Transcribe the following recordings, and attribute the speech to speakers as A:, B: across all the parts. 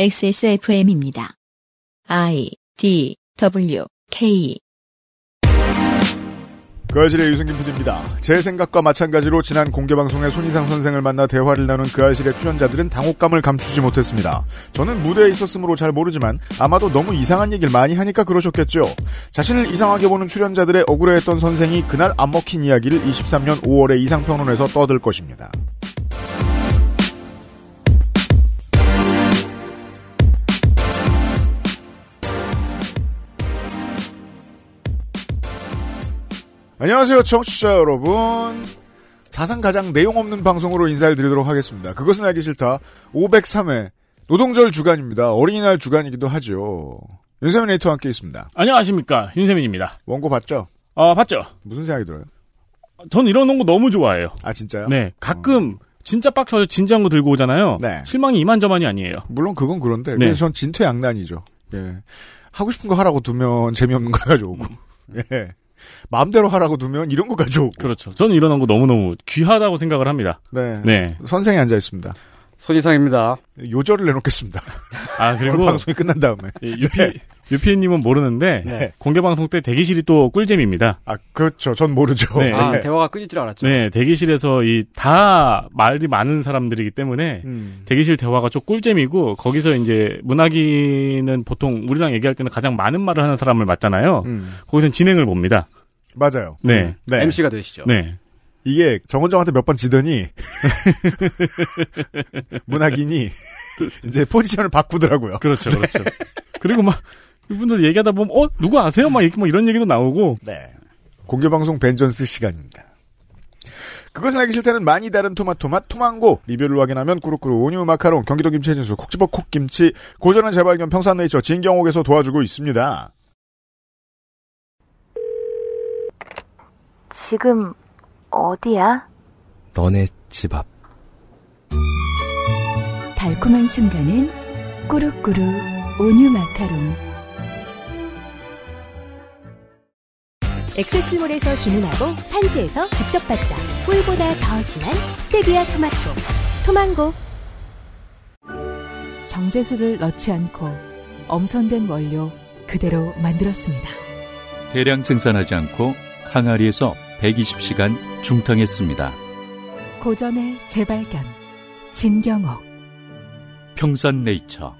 A: XSFM입니다. I D W K
B: 그아실의 유승균 PD입니다. 제 생각과 마찬가지로 지난 공개방송에 손희상 선생을 만나 대화를 나눈 그아실의 출연자들은 당혹감을 감추지 못했습니다. 저는 무대에 있었으므로 잘 모르지만 아마도 너무 이상한 얘기를 많이 하니까 그러셨겠죠. 자신을 이상하게 보는 출연자들의 억울해했던 선생이 그날 안 먹힌 이야기를 23년 5월의 이상평론에서 떠들 것입니다. 안녕하세요, 청취자 여러분. 사상 가장 내용 없는 방송으로 인사를 드리도록 하겠습니다. 그것은 알기 싫다. 503회 노동절 주간입니다. 어린이날 주간이기도 하죠. 윤세민 에이터와 함께 있습니다.
C: 안녕하십니까 윤세민입니다.
B: 원고 봤죠?
C: 아 봤죠?
B: 무슨 생각이 들어요?
C: 전 이런 농구 너무 좋아해요.
B: 아 진짜요? 음.
C: 네, 가끔 진짜 빡쳐서 진지한 거 들고 오잖아요.
B: 네.
C: 실망이 이만저만이 아니에요.
B: 물론 그건 그런데
C: 네.
B: 그래서 전 진퇴양난이죠. 예. 하고 싶은 거 하라고 두면 재미없는 거 가져오고
C: 음.
B: 예. 마음대로 하라고 두면 이런 거 가져오고
C: 그렇죠. 저는 이런 농구 너무 너무 귀하다고 생각을 합니다.
B: 네.
C: 네.
B: 선생이 앉아 있습니다.
D: 손희상입니다.
B: 요절을 내놓겠습니다.
C: 아
B: 오늘
C: 그리고
B: 방송이 끝난 다음에
C: 이 유피 유피님은 모르는데
B: 네.
C: 공개 방송 때 대기실이 또 꿀잼입니다.
B: 아 그렇죠. 전 모르죠.
C: 네.
D: 아,
B: 네.
D: 대화가 끊일 줄 알았죠.
C: 네, 대기실에서 이 다 말이 많은 사람들이기 때문에
B: 음.
C: 대기실 대화가 좀 꿀잼이고 거기서 이제 문학이는 보통 우리랑 얘기할 때는 가장 많은 말을 하는 사람을 맞잖아요.
B: 음.
C: 거기서 진행을 봅니다.
B: 맞아요.
C: 네.
B: 네.
D: MC가 되시죠.
C: 네.
B: 이게 정원정한테 몇 번 지더니 문학인이 이제 포지션을 바꾸더라고요.
C: 그렇죠, 그렇죠.
B: 네.
C: 그리고 막 이분들 얘기하다 보면 어 누구 아세요? 막 이렇게 뭐 이런 얘기도 나오고
B: 네. 공개방송 벤전스 시간입니다. 그것은 알기 싫다는 많이 다른 토마토맛 토망고 리뷰를 확인하면 꾸루꾸루 온유 마카롱 경기도 김치 진수 콕지버 콕김치 고전한 재발견 평산네이처 진경옥에서 도와주고 있습니다.
E: 지금 어디야?
F: 너네 집 앞.
G: 달콤한 순간은 꾸룩꾸룩 온유 마카롱 액세스몰에서 주문하고 산지에서 직접 받자 꿀보다 더 진한 스테비아 토마토 토망고
H: 정제수를 넣지 않고 엄선된 원료 그대로 만들었습니다.
I: 대량 생산하지 않고 항아리에서 120시간 중탕했습니다.
H: 고전의 재발견 진경옥
I: 평산네이처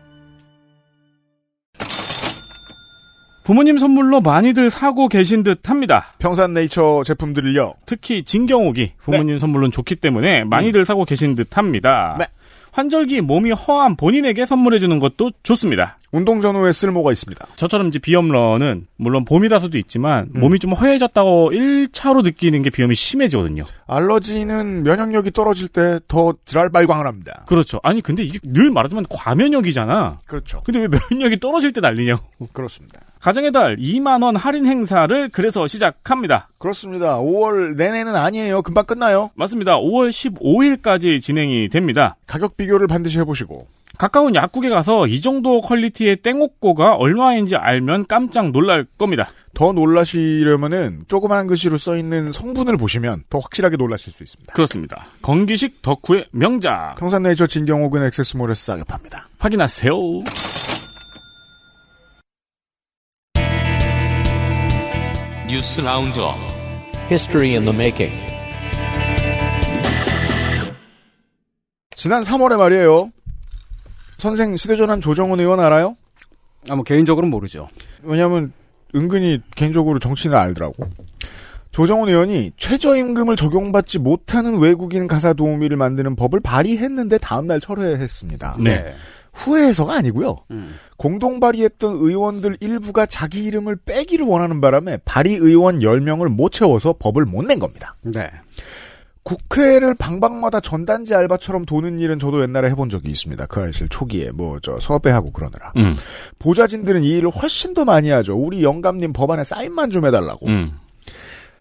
C: 부모님 선물로 많이들 사고 계신 듯 합니다.
B: 평산네이처 제품들을요.
C: 특히
B: 네.
C: 진경옥이 부모님 선물로는 좋기 때문에 많이들 사고 계신 듯 합니다.
B: 음. 네.
C: 환절기 몸이 허한 본인에게 선물해주는 것도 좋습니다.
B: 운동 전후에 쓸모가 있습니다.
C: 저처럼 이제 비염러는 물론 봄이라서도 있지만
B: 음.
C: 몸이 좀 허해졌다고 1차로 느끼는 게 비염이 심해지거든요.
B: 그렇죠. 알러지는 면역력이 떨어질 때 더 드랄 발광을 합니다.
C: 그렇죠. 아니 근데 이게 늘 말하지만 과면역이잖아.
B: 그렇죠.
C: 근데 왜 면역이 떨어질 때 난리냐고.
B: 음, 그렇습니다.
C: 가정의 달 2만원 할인 행사를 그래서 시작합니다.
B: 그렇습니다. 5월 내내는 아니에요. 금방 끝나요.
C: 맞습니다. 5월 15일까지 진행이 됩니다.
B: 가격 비교를 반드시 해보시고
C: 가까운 약국에 가서 이 정도 퀄리티의 땡옥고가 얼마인지 알면 깜짝 놀랄 겁니다.
B: 더 놀라시려면은 조그만 글씨로 써 있는 성분을 보시면 더 확실하게 놀라실 수 있습니다.
C: 그렇습니다. 건기식 덕후의 명작
B: 평산네이처 진경옥은 액세스몰에 싸게 팝니다.
C: 확인하세요.
J: 뉴스 라운드업
B: 지난 3월에 말이에요. 선생 시대전환 조정훈 의원 알아요?
D: 아, 뭐 개인적으로는 모르죠.
B: 왜냐하면 은근히 개인적으로 정치인을 알더라고. 조정훈 의원이 최저임금을 적용받지 못하는 외국인 가사 도우미를 만드는 법을 발의했는데 다음날 철회했습니다.
C: 네.
B: 후회해서가 아니고요.
D: 음.
B: 공동 발의했던 의원들 일부가 자기 이름을 빼기를 원하는 바람에 발의 의원 10명을 못 채워서 법을 못 낸 겁니다.
D: 네.
B: 국회를 방방마다 전단지 알바처럼 도는 일은 저도 옛날에 해본 적이 있습니다. 그 사실 초기에 뭐 저 섭외하고 그러느라.
C: 음,
B: 보좌진들은 이 일을 훨씬 더 많이 하죠. 우리 영감님 법안에 사인만 좀 해달라고.
C: 음.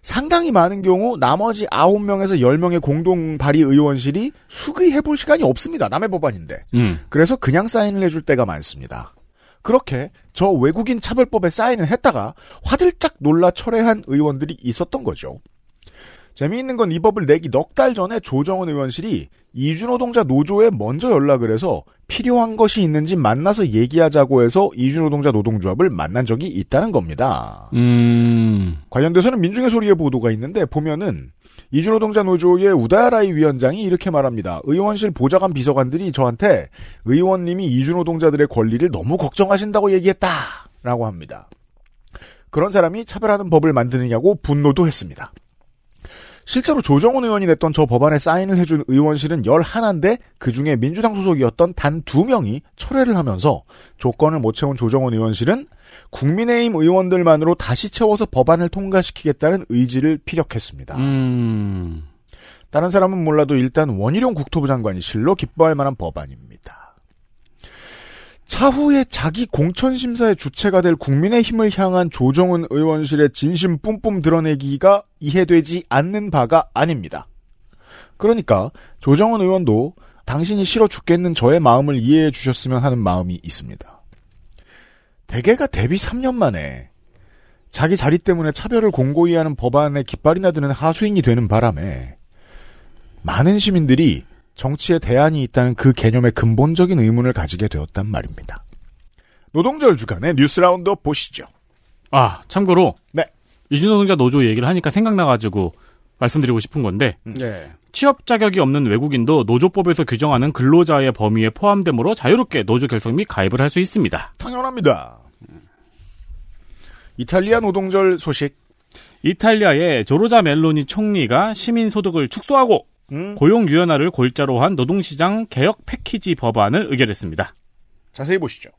B: 상당히 많은 경우 나머지 9명에서 10명의 공동 발의 의원실이 수기해볼 시간이 없습니다. 남의 법안인데.
C: 음.
B: 그래서 그냥 사인을 해줄 때가 많습니다. 그렇게 저 외국인 차별법에 사인을 했다가 화들짝 놀라 철회한 의원들이 있었던 거죠. 재미있는 건 이 법을 내기 넉 달 전에 조정원 의원실이 이주노동자 노조에 먼저 연락을 해서 필요한 것이 있는지 만나서 얘기하자고 해서 이주노동자 노동조합을 만난 적이 있다는 겁니다.
C: 음,
B: 관련돼서는 민중의 소리의 보도가 있는데 보면은 이주노동자 노조의 우다야라이 위원장이 이렇게 말합니다. 의원실 보좌관 비서관들이 저한테 의원님이 이주노동자들의 권리를 너무 걱정하신다고 얘기했다라고 합니다. 그런 사람이 차별하는 법을 만드느냐고 분노도 했습니다. 실제로 조정훈 의원이 냈던 저 법안에 사인을 해준 의원실은 11인데 그중에 민주당 소속이었던 단 2명이 철회를 하면서 조건을 못 채운 조정훈 의원실은 국민의힘 의원들만으로 다시 채워서 법안을 통과시키겠다는 의지를 피력했습니다.
C: 음,
B: 다른 사람은 몰라도 일단 원희룡 국토부 장관이 실로 기뻐할 만한 법안입니다. 차후에 자기 공천심사의 주체가 될 국민의힘을 향한 조정은 의원실의 진심 뿜뿜 드러내기가 이해되지 않는 바가 아닙니다. 그러니까 조정은 의원도 당신이 싫어 죽겠는 저의 마음을 이해해 주셨으면 하는 마음이 있습니다. 대개가 데뷔 3년 만에 자기 자리 때문에 차별을 공고히 하는 법안에 깃발이나 드는 하수인이 되는 바람에 많은 시민들이 정치에 대안이 있다는 그 개념의 근본적인 의문을 가지게 되었단 말입니다. 노동절 주간의 뉴스 라운드 보시죠.
C: 아, 참고로.
B: 네.
C: 이주노동자 노조 얘기를 하니까 생각나가지고 말씀드리고 싶은 건데,
B: 음.
D: 네.
C: 취업 자격이 없는 외국인도 노조법에서 규정하는 근로자의 범위에 포함되므로 자유롭게 노조 결성 및 가입을 할 수 있습니다.
B: 당연합니다. 이탈리아 노동절 소식.
C: 이탈리아의 조로자 멜로니 총리가 시민소득을 축소하고
B: 음,
C: 고용 유연화를 골자로 한 노동시장 개혁 패키지 법안을 의결했습니다.
B: 자세히 보시죠.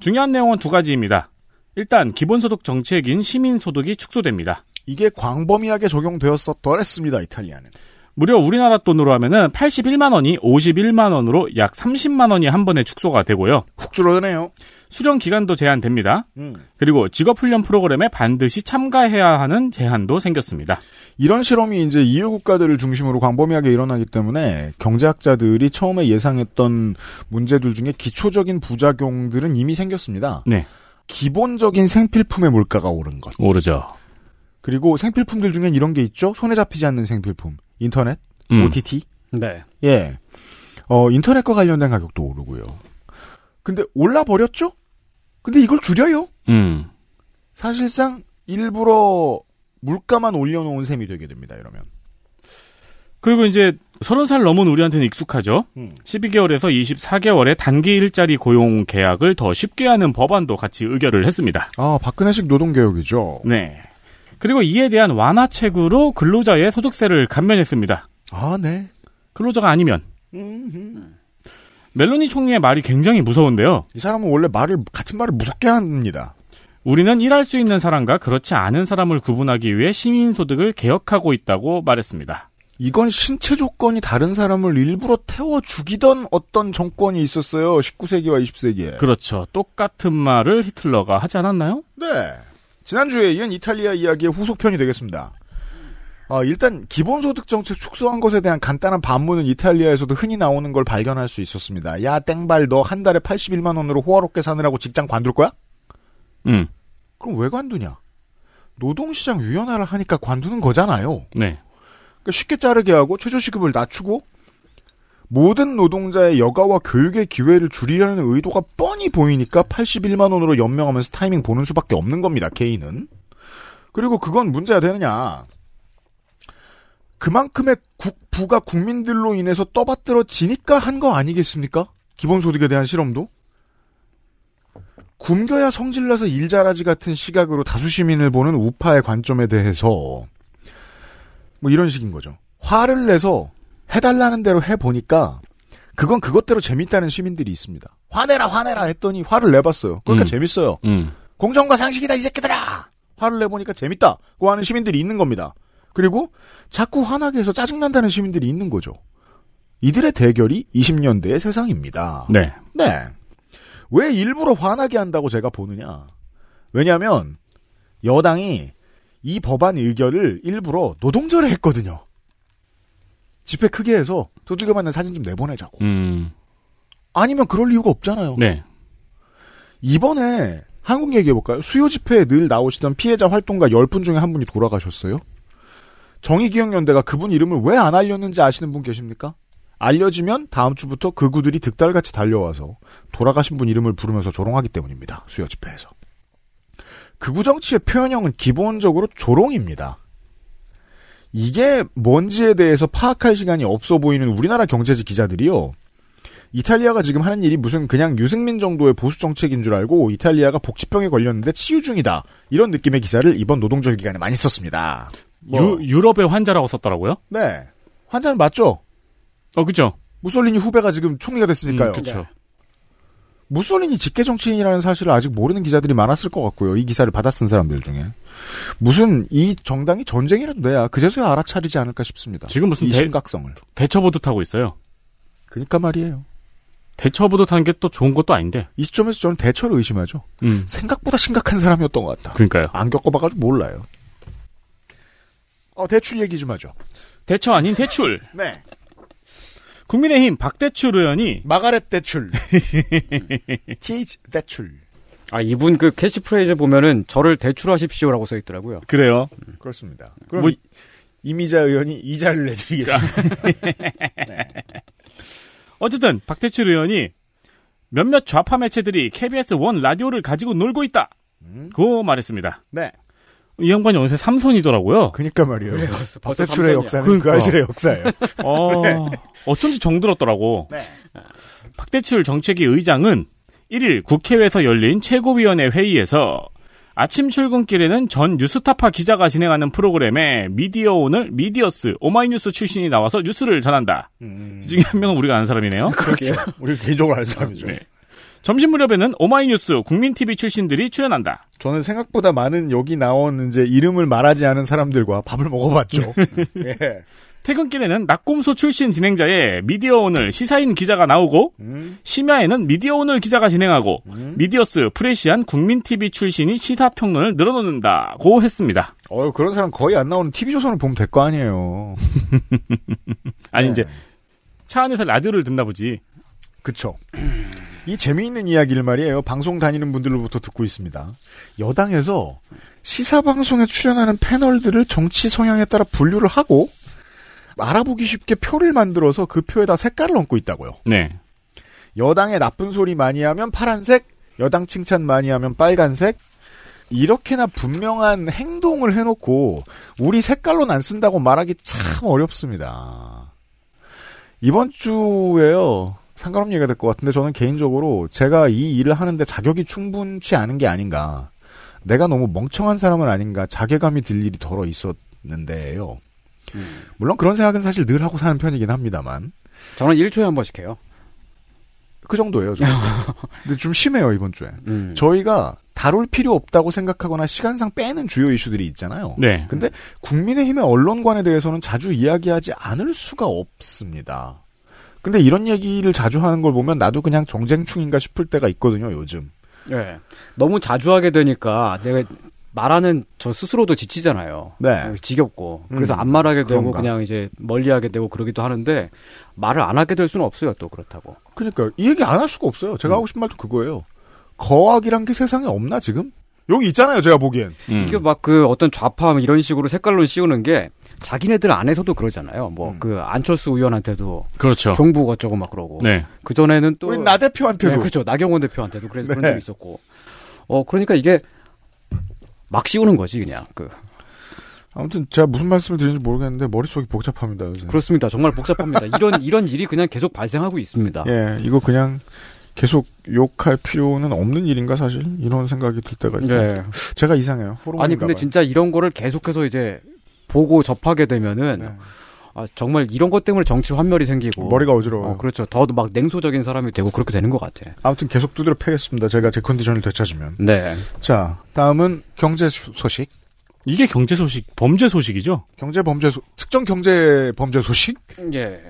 C: 중요한 내용은 두 가지입니다. 일단 기본소득 정책인 시민소득이 축소됩니다.
B: 이게 광범위하게 적용되었었더랬습니다. 이탈리아는.
C: 무려 우리나라 돈으로 하면은 81만 원이 51만 원으로 약 30만 원이 한 번에 축소가 되고요.
B: 훅 줄어드네요.
C: 수령 기간도 제한됩니다.
B: 음.
C: 그리고 직업훈련 프로그램에 반드시 참가해야 하는 제한도 생겼습니다.
B: 이런 실험이 이제 EU 국가들을 중심으로 광범위하게 일어나기 때문에 경제학자들이 처음에 예상했던 문제들 중에 기초적인 부작용들은 이미 생겼습니다.
C: 네.
B: 기본적인 생필품의 물가가 오른 것.
C: 모르죠.
B: 그리고 생필품들 중엔 이런 게 있죠. 손에 잡히지 않는 생필품. 인터넷,
C: 음.
B: OTT.
D: 네.
B: 예. 어, 인터넷과 관련된 가격도 오르고요. 근데 올라 버렸죠? 근데 이걸 줄여요.
C: 음.
B: 사실상 일부러 물가만 올려놓은 셈이 되게 됩니다. 이러면.
C: 그리고 이제 30살 넘은 우리한테는 익숙하죠.
B: 음.
C: 12개월에서 24개월의 단기 일자리 고용 계약을 더 쉽게 하는 법안도 같이 의결을 했습니다.
B: 아, 박근혜식 노동개혁이죠.
C: 네. 그리고 이에 대한 완화책으로 근로자의 소득세를 감면했습니다.
B: 아, 네.
C: 근로자가 아니면 멜로니 총리의 말이 굉장히 무서운데요.
B: 이 사람은 원래 말을 같은 말을 무섭게 합니다.
C: 우리는 일할 수 있는 사람과 그렇지 않은 사람을 구분하기 위해 시민소득을 개혁하고 있다고 말했습니다.
B: 이건 신체 조건이 다른 사람을 일부러 태워 죽이던 어떤 정권이 있었어요. 19세기와 20세기에.
C: 그렇죠. 똑같은 말을 히틀러가 하지 않았나요?
B: 네. 지난주에 이은 이탈리아 이야기의 후속편이 되겠습니다. 아, 일단 기본소득 정책 축소한 것에 대한 간단한 반문은 이탈리아에서도 흔히 나오는 걸 발견할 수 있었습니다. 야 땡발 너 한 달에 81만 원으로 호화롭게 사느라고 직장 관둘 거야?
C: 음.
B: 그럼 왜 관두냐? 노동시장 유연화를 하니까 관두는 거잖아요.
C: 네.
B: 그러니까 쉽게 자르게 하고 최저시급을 낮추고 모든 노동자의 여가와 교육의 기회를 줄이려는 의도가 뻔히 보이니까 81만 원으로 연명하면서 타이밍 보는 수밖에 없는 겁니다. 개인은. 그리고 그건 문제가 되느냐. 그만큼의 국부가 국민들로 인해서 떠받들어지니까 한 거 아니겠습니까? 기본소득에 대한 실험도. 굶겨야 성질나서 일자라지 같은 시각으로 다수 시민을 보는 우파의 관점에 대해서 뭐 이런 식인 거죠. 화를 내서 해달라는 대로 해보니까 그건 그것대로 재밌다는 시민들이 있습니다. 화내라 화내라 했더니 화를 내봤어요. 그러니까
C: 음.
B: 재밌어요.
C: 음.
B: 공정과 상식이다 이 새끼들아 화를 내보니까 재밌다고 하는 시민들이 있는 겁니다. 그리고 자꾸 화나게 해서 짜증난다는 시민들이 있는 거죠. 이들의 대결이 20년대의 세상입니다.
C: 네.
B: 네. 왜 일부러 화나게 한다고 제가 보느냐? 왜냐하면 여당이 이 법안 의결을 일부러 노동절에 했거든요. 집회 크게 해서 두들겨 맞는 사진 좀 내보내자고.
C: 음.
B: 아니면 그럴 이유가 없잖아요.
C: 네.
B: 이번에 한국 얘기해볼까요? 수요 집회에 늘 나오시던 피해자 활동가 10분 중에 한 분이 돌아가셨어요. 정의기억연대가 그분 이름을 왜 안 알렸는지 아시는 분 계십니까? 알려지면 다음 주부터 그 구들이 득달같이 달려와서 돌아가신 분 이름을 부르면서 조롱하기 때문입니다. 수요 집회에서. 극우 정치의 표현형은 기본적으로 조롱입니다. 이게 뭔지에 대해서 파악할 시간이 없어 보이는 우리나라 경제지 기자들이요. 이탈리아가 지금 하는 일이 무슨 그냥 유승민 정도의 보수 정책인 줄 알고 이탈리아가 복지병에 걸렸는데 치유 중이다. 이런 느낌의 기사를 이번 노동절 기간에 많이 썼습니다. 뭐.
C: 유, 유럽의 환자라고 썼더라고요.
B: 네. 환자는 맞죠?
C: 어, 그죠?
B: 무솔리니 후배가 지금 총리가 됐으니까요.
C: 음, 그쵸.
B: 무솔리니 직계 정치인이라는 사실을 아직 모르는 기자들이 많았을 것 같고요. 이 기사를 받아 쓴 사람들 중에. 무슨 이 정당이 전쟁이라도 내야 그제서야 알아차리지 않을까 싶습니다.
C: 지금 무슨
B: 이
C: 대-
B: 심각성을.
C: 대처보도 타고 있어요.
B: 그니까 말이에요.
C: 대처보도 타는 게 또 좋은 것도 아닌데.
B: 이 시점에서 저는 대처를 의심하죠.
C: 음.
B: 생각보다 심각한 사람이었던 것 같다.
C: 그러니까요.
B: 안 겪어봐가지고 몰라요. 어, 대출 얘기 좀 하죠.
C: 대처 아닌 대출.
B: 네.
C: 국민의힘 박대출 의원이
B: 마가렛 대출. TH 대출.
D: 아, 이분 그 캐치프레이즈 보면은 저를 대출하십시오라고 써 있더라고요.
C: 그래요.
B: 그렇습니다. 그럼
C: 뭐-
B: 이- 이미자 의원이 이자를 내드리겠습니다.
C: 어쨌든 박대출 의원이 몇몇 좌파 매체들이 KBS 원 라디오를 가지고 놀고 있다. 고 말했습니다.
B: 네.
C: 이 양반이 어느새 삼손이더라고요.
B: 그니까 그러니까 말이에요. 네. 대출의
D: 벌써 삼선이야.
B: 역사는 그
C: 그러니까.
B: 아실의 역사예요.
C: 어, 어쩐지 정들었더라고. 박대출 정책위 의장은 1일 국회에서 열린 최고위원회 회의에서 아침 출근길에는 전 뉴스타파 기자가 진행하는 프로그램에 미디어 오늘, 미디어스, 오마이뉴스 출신이 나와서 뉴스를 전한다. 이 중에 한 명은 우리가 아는 사람이네요.
D: 그러게요.
B: 우리 개인적으로 아는 사람이죠.
C: 네. 점심 무렵에는 오마이뉴스, 국민TV 출신들이 출연한다.
B: 저는 생각보다 많은 여기 나온 이제 이름을 말하지 않은 사람들과 밥을 먹어봤죠. 예.
C: 퇴근길에는 낙곰소 출신 진행자의 미디어 오늘 시사인 기자가 나오고 심야에는 미디어 오늘 기자가 진행하고 미디어스 프레시안 국민TV 출신이 시사평론을 늘어놓는다고 했습니다.
B: 어유 그런 사람 거의 안 나오는 TV조선을 보면 될 거 아니에요.
C: 아니 이제 차 안에서 라디오를 듣나 보지.
B: 그쵸. 이 재미있는 이야기를 말이에요. 방송 다니는 분들로부터 듣고 있습니다. 여당에서 시사방송에 출연하는 패널들을 정치 성향에 따라 분류를 하고 알아보기 쉽게 표를 만들어서 그 표에다 색깔을 얹고 있다고요.
C: 네.
B: 여당에 나쁜 소리 많이 하면 파란색, 여당 칭찬 많이 하면 빨간색, 이렇게나 분명한 행동을 해놓고 우리 색깔로는 안 쓴다고 말하기 참 어렵습니다. 이번 주에요. 상관없는 얘기가 될 것 같은데 저는 개인적으로 제가 이 일을 하는데 자격이 충분치 않은 게 아닌가. 내가 너무 멍청한 사람은 아닌가 자괴감이 들 일이 덜어 있었는데요. 물론 그런 생각은 사실 늘 하고 사는 편이긴 합니다만
D: 저는 1초에 한 번씩 해요.
B: 그 정도예요. 저는. 근데 좀 심해요 이번 주에.
D: 음.
B: 저희가 다룰 필요 없다고 생각하거나 시간상 빼는 주요 이슈들이 있잖아요.
C: 네.
B: 근데 국민의힘의 언론관에 대해서는 자주 이야기하지 않을 수가 없습니다. 근데 이런 얘기를 자주 하는 걸 보면 나도 그냥 정쟁충인가 싶을 때가 있거든요, 요즘.
D: 예. 너무 자주 하게 되니까 내가 말하는 저 스스로도 지치잖아요. 어,
B: 네.
D: 지겹고. 그래서
B: 음,
D: 안 말하게 되고
B: 그런가.
D: 그냥 이제 멀리하게 되고 그러기도 하는데 말을 안 하게 될 수는 없어요. 또 그렇다고.
B: 그러니까 이 얘기 안 할 수가 없어요.
D: 음.
B: 제가 하고 싶은 말도 그거예요. 거악이란 게 세상에 없나 지금? 여기 있잖아요, 제가 보기엔.
C: 음.
D: 이게 막 그 어떤 좌파 이런 식으로 색깔론 씌우는 게 자기네들 안에서도 그러잖아요. 뭐
B: 음.
D: 그 안철수 의원한테도
C: 그렇죠.
D: 정부가 어쩌고 막 그러고.
C: 네.
D: 그 전에는 또
B: 우리 나 대표한테도.
D: 네, 그렇죠. 나경원 대표한테도 그래, 그런
B: 네.
D: 적이 있었고. 어, 그러니까 이게 막 씌우는 거지, 그냥. 그.
B: 아무튼 제가 무슨 말씀을 드리는지 모르겠는데 머릿속이 복잡합니다, 요새.
D: 그렇습니다. 정말 복잡합니다. 이런, 이런 일이 그냥 계속 발생하고 있습니다.
B: 예, 이거 그냥 계속 욕할 필요는 없는 일인가 사실 이런 생각이 들 때가 있어요.
D: 네.
B: 제가 이상해요. 호르몬인가
D: 아니, 근데
B: 봐요.
D: 진짜 이런 거를 계속해서 이제 보고 접하게 되면은,
B: 네.
D: 아, 정말 이런 것 때문에 정치 환멸이 생기고.
B: 머리가 어지러워요.
D: 어, 그렇죠. 더 막 냉소적인 사람이 되고 그렇게 되는 것 같아.
B: 아무튼 계속 두드려 패겠습니다. 제가 제 컨디션을 되찾으면.
D: 네.
B: 자, 다음은 경제 소- 소식.
C: 이게 경제 소식, 범죄 소식이죠.
B: 경제 범죄 소, 특정 경제 범죄 소식?
D: 예.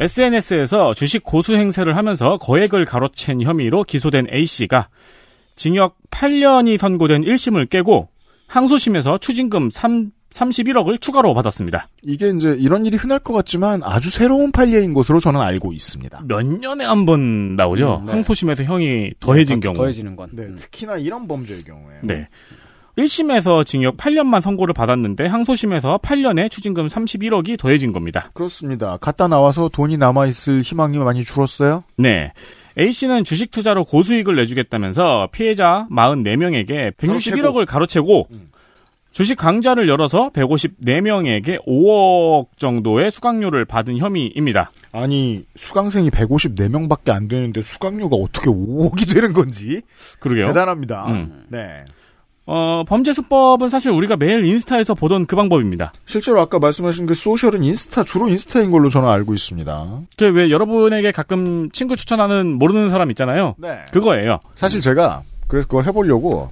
C: SNS에서 주식 고수 행세를 하면서 거액을 가로챈 혐의로 기소된 A씨가 징역 8년이 선고된 1심을 깨고 항소심에서 추징금 3, 31억을 추가로 받았습니다.
B: 이게 이제 이런 일이 흔할 것 같지만 아주 새로운 판례인 것으로 저는 알고 있습니다.
C: 몇 년에 한 번 나오죠.
D: 음, 네.
C: 항소심에서 형이 아, 더해진 경우.
D: 더해지는 건.
B: 네,
D: 음.
B: 특히나 이런 범죄의 경우에.
C: 네. 1심에서 징역 8년만 선고를 받았는데 항소심에서 8년에 추징금 31억이 더해진 겁니다.
B: 그렇습니다. 갔다 나와서 돈이 남아있을 희망이 많이 줄었어요?
C: 네. A씨는 주식 투자로 고수익을 내주겠다면서 피해자 44명에게 161억을 가로채고 주식 강좌를 열어서 154명에게 5억 정도의 수강료를 받은 혐의입니다.
B: 아니, 수강생이 154명밖에 안 되는데 수강료가 어떻게 5억이 되는 건지?
C: 그러게요.
B: 대단합니다.
C: 음.
B: 네.
C: 어, 범죄 수법은 사실 우리가 매일 인스타에서 보던 그 방법입니다.
B: 실제로 아까 말씀하신 그 소셜은 인스타, 주로 인스타인 걸로 저는 알고 있습니다.
C: 그 왜 여러분에게 가끔 친구 추천하는 모르는 사람 있잖아요.
B: 네.
C: 그거예요.
B: 사실 제가 그래서 그걸 해보려고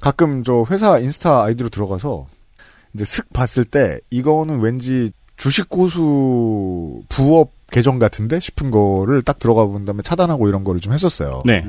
B: 가끔 저 회사 인스타 아이디로 들어가서 이제 슥 봤을 때 이거는 왠지 주식 고수 부업 계정 같은데 싶은 거를 딱 들어가 본 다음에 차단하고 이런 거를 좀 했었어요.
C: 네.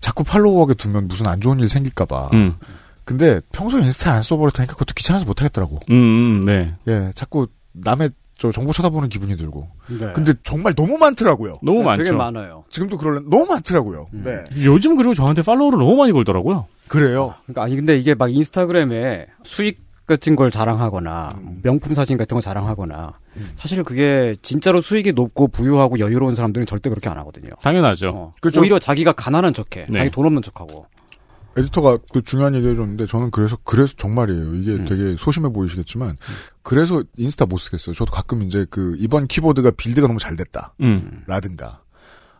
B: 자꾸 팔로우하게 두면 무슨 안 좋은 일 생길까봐.
C: 음.
B: 근데 평소 에 인스타 안 써버릇하니까 그것도 귀찮아서 못하겠더라고.
C: 음, 음, 네.
B: 예, 자꾸 남의 저 정보 쳐다보는 기분이 들고.
D: 네.
B: 근데 정말 너무 많더라고요.
C: 너무 많죠.
D: 되게 많아요.
B: 지금도 그럴래 너무 많더라고요.
D: 음.
B: 네.
C: 요즘 그리고 저한테 팔로우를 너무 많이 걸더라고요.
B: 그래요.
D: 그러니까 아니 근데 이게 막 인스타그램에 수익 같은 걸 자랑하거나
B: 음.
D: 명품 사진 같은 걸 자랑하거나 사실 그게 진짜로 수익이 높고 부유하고 여유로운 사람들은 절대 그렇게 안 하거든요.
C: 당연하죠.
D: 어.
B: 그죠.
D: 오히려 자기가 가난한 척해.
C: 그렇죠. 네.
D: 자기 돈 없는 척하고.
B: 에디터가 그 중요한 얘기 해줬는데 저는 그래서 그래서 정말이에요. 이게
D: 음.
B: 되게 소심해 보이시겠지만 그래서 인스타 못 쓰겠어요. 저도 가끔 이제 그 이번 키보드가 빌드가 너무 잘 됐다
C: 음,
B: 라든가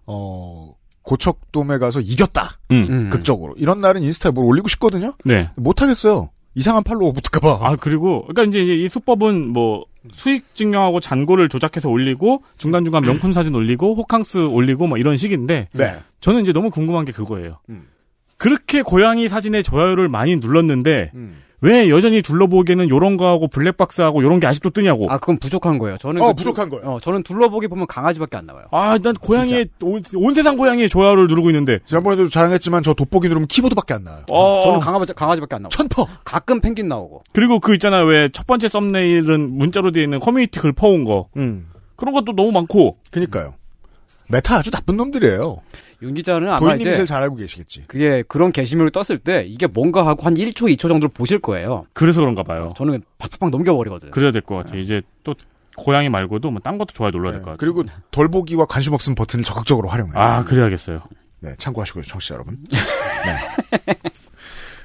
B: 어 고척돔에 가서 이겼다
C: 음,
D: 음.
B: 극적으로 이런 날은 인스타에 뭘 올리고 싶거든요.
C: 네.
B: 못 하겠어요. 이상한 팔로우 붙을까봐.
C: 아 그리고 그러니까 이제 이 수법은 뭐 수익 증명하고 잔고를 조작해서 올리고 중간 중간 명품 사진 올리고 호캉스 올리고 뭐 이런 식인데
B: 네.
C: 저는 이제 너무 궁금한 게 그거예요.
B: 음.
C: 그렇게 고양이 사진에 좋아요를 많이 눌렀는데
D: 음.
C: 왜 여전히 둘러보기에는 요런 거하고 블랙박스하고 요런 게 아직도 뜨냐고.
D: 아 그건 부족한 거예요. 저는
B: 어
D: 그-
B: 부족한 거예요.
D: 어, 저는 둘러보기 보면 강아지밖에 안 나와요.
C: 아 난 고양이에 온, 온 세상 고양이에 좋아요를 누르고 있는데.
B: 지난번에도 자랑했지만 저 돋보기 누르면 키보드밖에 안 나와요.
C: 어,
D: 저는 강아지 강아지밖에 안 나와요.
B: 천퍼.
D: 가끔 펭귄 나오고.
C: 그리고 그 있잖아요. 왜 첫 번째 썸네일은 문자로 되어 있는 커뮤니티 글 퍼온 거.
B: 음.
C: 그런 것도 너무 많고.
B: 그니까요. 메타 아주 나쁜 놈들이에요.
D: 윤 기자는 아마
B: 도인님이
D: 이제
B: 제일 잘 알고 계시겠지.
D: 그게 그런 게시물을 떴을 때 이게 뭔가 하고 한 1초 2초 정도를 보실 거예요.
C: 그래서 그런가 봐요.
D: 저는 팍팍팍 넘겨버리거든. 요
C: 네. 그래야 될 것 같아요. 이제 또 고양이 말고도 뭐 딴 것도 좋아요 눌러야 될
B: 네,
C: 것 같아요.
B: 그리고 덜 보기와 관심 없음 버튼을 적극적으로 활용해요.
C: 아 그래야겠어요.
B: 네, 참고하시고요, 청취자 여러분. 네.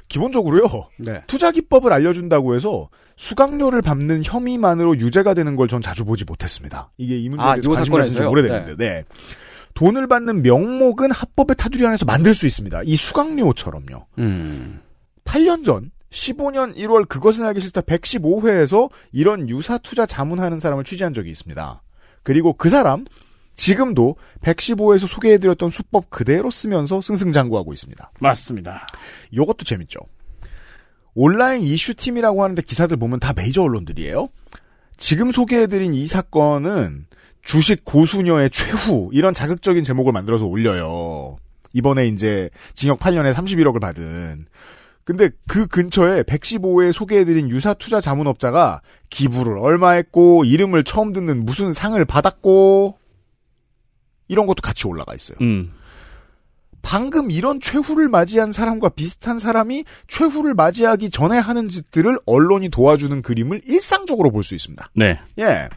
B: 기본적으로요,
D: 네.
B: 투자 기법을 알려준다고 해서 수강료를 밟는 혐의만으로 유죄가 되는 걸 전 자주 보지 못했습니다. 이게 이 문제에
D: 아,
B: 대해서
D: 요
B: 관심 가진 지
D: 사건에서요?
B: 오래됐는데, 네. 돈을 받는 명목은 합법의 타두리 안에서 만들 수 있습니다. 이 수강료처럼요.
D: 음.
B: 8년 전 15년 1월 그것은 알기 싫다 115회에서 이런 유사 투자 자문하는 사람을 취재한 적이 있습니다. 그리고 그 사람 지금도 115에서 소개해드렸던 수법 그대로 쓰면서 승승장구하고 있습니다.
C: 맞습니다.
B: 요것도 재밌죠. 온라인 이슈팀이라고 하는데 기사들 보면 다 메이저 언론들이에요. 지금 소개해드린 이 사건은 주식 고수녀의 최후 이런 자극적인 제목을 만들어서 올려요. 이번에 이제 징역 8년에 31억을 받은. 근데 그 근처에 115회 소개해드린 유사 투자 자문업자가 기부를 얼마 했고 이름을 처음 듣는 무슨 상을 받았고 이런 것도 같이 올라가 있어요.
C: 음.
B: 방금 이런 최후를 맞이한 사람과 비슷한 사람이 최후를 맞이하기 전에 하는 짓들을 언론이 도와주는 그림을 일상적으로 볼 수 있습니다.
C: 네.
B: 예.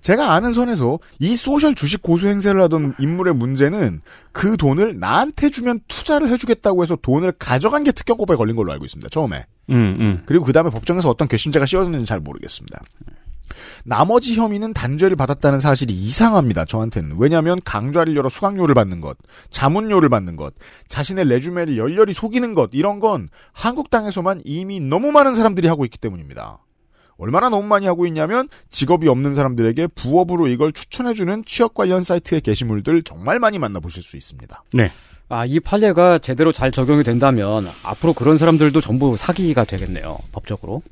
B: 제가 아는 선에서 이 소셜 주식 고수 행세를 하던 인물의 문제는 그 돈을 나한테 주면 투자를 해주겠다고 해서 돈을 가져간 게 특경법에 걸린 걸로 알고 있습니다. 처음에.
C: 음, 음.
B: 그리고 그 다음에 법정에서 어떤 괘씸죄가 씌워졌는지 잘 모르겠습니다. 나머지 혐의는 단죄를 받았다는 사실이 이상합니다. 저한테는 왜냐하면 강좌를 열어 수강료를 받는 것, 자문료를 받는 것, 자신의 레주메를 열렬히 속이는 것 이런 건 한국 땅에서만 이미 너무 많은 사람들이 하고 있기 때문입니다. 얼마나 너무 많이 하고 있냐면 직업이 없는 사람들에게 부업으로 이걸 추천해주는 취업 관련 사이트의 게시물들 정말 많이 만나보실 수 있습니다.
C: 네.
D: 아, 이 판례가 제대로 잘 적용이 된다면 앞으로 그런 사람들도 전부 사기가 되겠네요. 법적으로.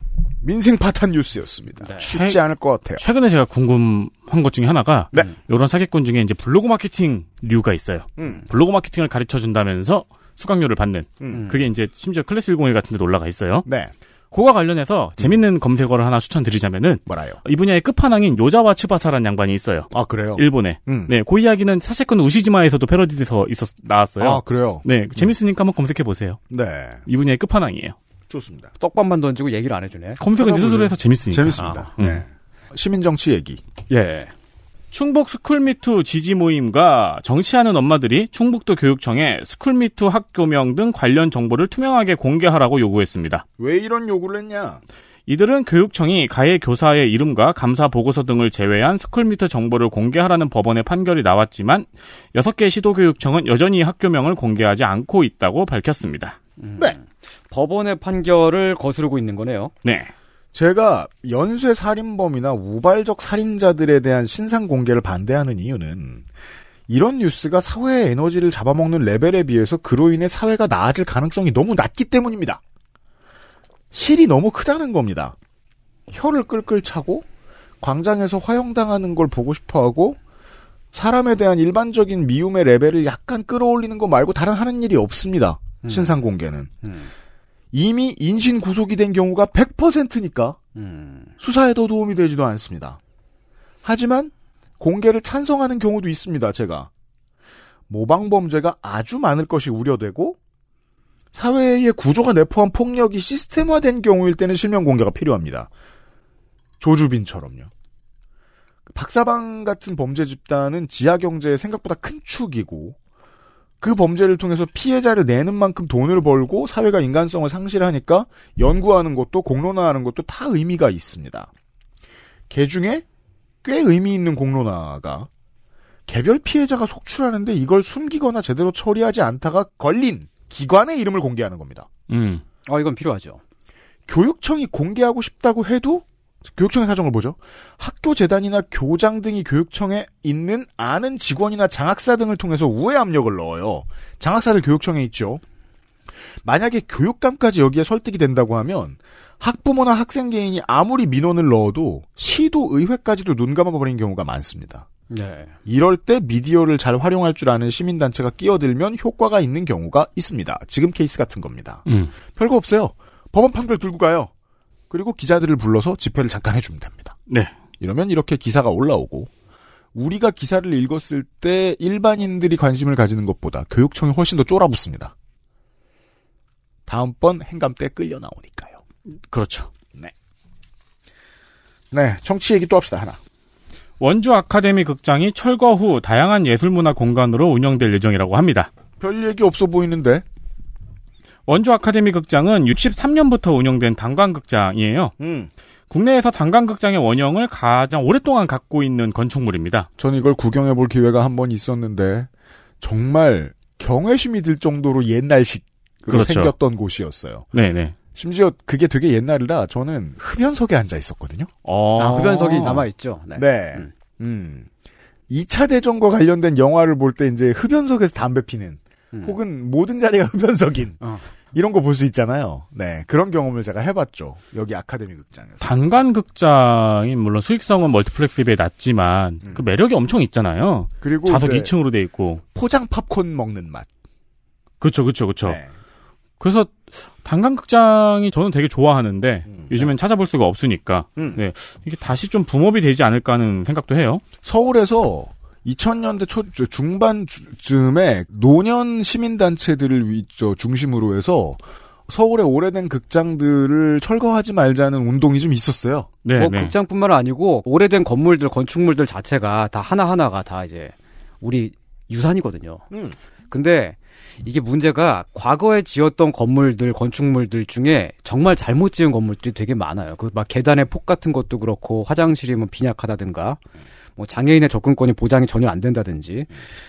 B: 민생 파탄 뉴스였습니다.
D: 네.
B: 쉽지 않을 것 같아요.
C: 최근에 제가 궁금한 것 중에 하나가
B: 네.
C: 이런 사기꾼 중에 이제 블로그 마케팅 류가 있어요.
B: 음,
C: 블로그 마케팅을 가르쳐 준다면서 수강료를 받는
B: 음.
C: 그게 이제 심지어 클래스 101 같은 데도 올라가 있어요.
B: 네,
C: 그와 관련해서
B: 음.
C: 재밌는 검색어를 하나 추천드리자면은
B: 뭐라요?
C: 이 분야의 끝판왕인 요자와 츠바사라는 양반이 있어요.
B: 아 그래요?
C: 일본에.
B: 음.
C: 네, 그 이야기는 사세꾼 우시지마에서도 패러디돼서 있었 나왔어요.
B: 아 그래요?
C: 네, 재밌으니까 한번 검색해 보세요.
B: 네.
C: 이 분야의 끝판왕이에요.
B: 좋습니다.
D: 떡밥만 던지고 얘기를 안 해주네.
C: 검색은 네 스스로 해서 재밌으니까. 음.
B: 재밌습니다. 아, 네. 시민정치 얘기.
C: 예. 충북 스쿨미투 지지 모임과 정치하는 엄마들이 충북도 교육청에 스쿨미투 학교명 등 관련 정보를 투명하게 공개하라고 요구했습니다.
B: 왜 이런 요구를 했냐?
C: 이들은 교육청이 가해 교사의 이름과 감사 보고서 등을 제외한 스쿨미터 정보를 공개하라는 법원의 판결이 나왔지만 6개 시도교육청은 여전히 학교명을 공개하지 않고 있다고 밝혔습니다.
D: 음. 네. 법원의 판결을 거스르고 있는 거네요.
C: 네.
B: 제가 연쇄 살인범이나 우발적 살인자들에 대한 신상 공개를 반대하는 이유는 이런 뉴스가 사회의 에너지를 잡아먹는 레벨에 비해서 그로 인해 사회가 나아질 가능성이 너무 낮기 때문입니다. 실이 너무 크다는 겁니다. 혀를 끌끌 차고 광장에서 화형당하는 걸 보고 싶어하고 사람에 대한 일반적인 미움의 레벨을 약간 끌어올리는 거 말고 다른 하는 일이 없습니다. 음. 신상 공개는 음. 이미 인신 구속이 된 경우가 100%니까 음. 수사에도 도움이 되지도 않습니다. 하지만 공개를 찬성하는 경우도 있습니다. 제가 모방 범죄가 아주 많을 것이 우려되고 사회의 구조가 내포한 폭력이 시스템화된 경우일 때는 실명 공개가 필요합니다. 조주빈처럼요. 박사방 같은 범죄 집단은 지하 경제의 생각보다 큰 축이고 그 범죄를 통해서 피해자를 내는 만큼 돈을 벌고 사회가 인간성을 상실하니까 연구하는 것도 공론화하는 것도 다 의미가 있습니다. 개 중에 꽤 의미 있는 공론화가 개별 피해자가 속출하는데 이걸 숨기거나 제대로 처리하지 않다가 걸린 기관의 이름을 공개하는 겁니다.
D: 음. 아, 이건 필요하죠.
B: 교육청이 공개하고 싶다고 해도 교육청의 사정을 보죠. 학교 재단이나 교장 등이 교육청에 있는 아는 직원이나 장학사 등을 통해서 우회 압력을 넣어요. 장학사들 교육청에 있죠. 만약에 교육감까지 여기에 설득이 된다고 하면 학부모나 학생 개인이 아무리 민원을 넣어도 시도 의회까지도 눈 감아버린 경우가 많습니다.
D: 네.
B: 이럴 때 미디어를 잘 활용할 줄 아는 시민단체가 끼어들면 효과가 있는 경우가 있습니다. 지금 케이스 같은 겁니다. 음. 별거 없어요. 법원 판결 들고 가요. 그리고 기자들을 불러서 집회를 잠깐 해주면 됩니다.
C: 네.
B: 이러면 이렇게 기사가 올라오고 우리가 기사를 읽었을 때 일반인들이 관심을 가지는 것보다 교육청이 훨씬 더 쫄아붙습니다. 다음번 행감 때 끌려 나오니까요.
C: 그렇죠.
B: 네. 네, 정치 얘기 또 합시다 하나.
C: 원주 아카데미 극장이 철거 후 다양한 예술문화 공간으로 운영될 예정이라고 합니다.
B: 별 얘기 없어 보이는데?
C: 원주 아카데미 극장은 63년부터 운영된 단광극장이에요. 음. 국내에서 단광극장의 원형을 가장 오랫동안 갖고 있는 건축물입니다.
B: 전 이걸 구경해 볼 기회가 한 번 있었는데 정말 경외심이 들 정도로 옛날식 그렇죠. 생겼던 곳이었어요.
C: 네네.
B: 심지어 그게 되게 옛날이라 저는 흡연석에 앉아 있었거든요.
C: 어.
D: 아, 흡연석이 남아 있죠. 네.
B: 네. 음. 음. 2차 대전과 관련된 영화를 볼 때 이제 흡연석에서 담배 피는 음. 혹은 모든 자리가 흡연석인 어. 이런 거 볼 수 있잖아요. 네. 그런 경험을 제가 해 봤죠. 여기 아카데미 극장에서.
C: 단관 극장이 물론 수익성은 멀티플렉스에 비해 낮지만 음. 그 매력이 엄청 있잖아요.
B: 그리고
C: 좌석 2층으로 돼 있고
B: 포장 팝콘 먹는 맛.
C: 그렇죠. 그렇죠. 그렇죠. 네. 그래서 단강극장이 저는 되게 좋아하는데 음, 요즘엔 네. 찾아볼 수가 없으니까 음. 네, 이게 다시 좀 붐업이 되지 않을까 하는 생각도 해요.
B: 서울에서 2000년대 초 중반쯤에 노년 시민단체들을 위, 저, 중심으로 해서 서울의 오래된 극장들을 철거하지 말자는 운동이 좀 있었어요.
D: 네, 뭐 네. 극장뿐만 아니고 오래된 건물들 건축물들 자체가 다 하나 하나가 다 이제 우리 유산이거든요. 음. 근데 이게 문제가 과거에 지었던 건물들, 건축물들 중에 정말 잘못 지은 건물들이 되게 많아요. 그 막 계단의 폭 같은 것도 그렇고 화장실이 뭐 빈약하다든가 뭐 장애인의 접근권이 보장이 전혀 안 된다든지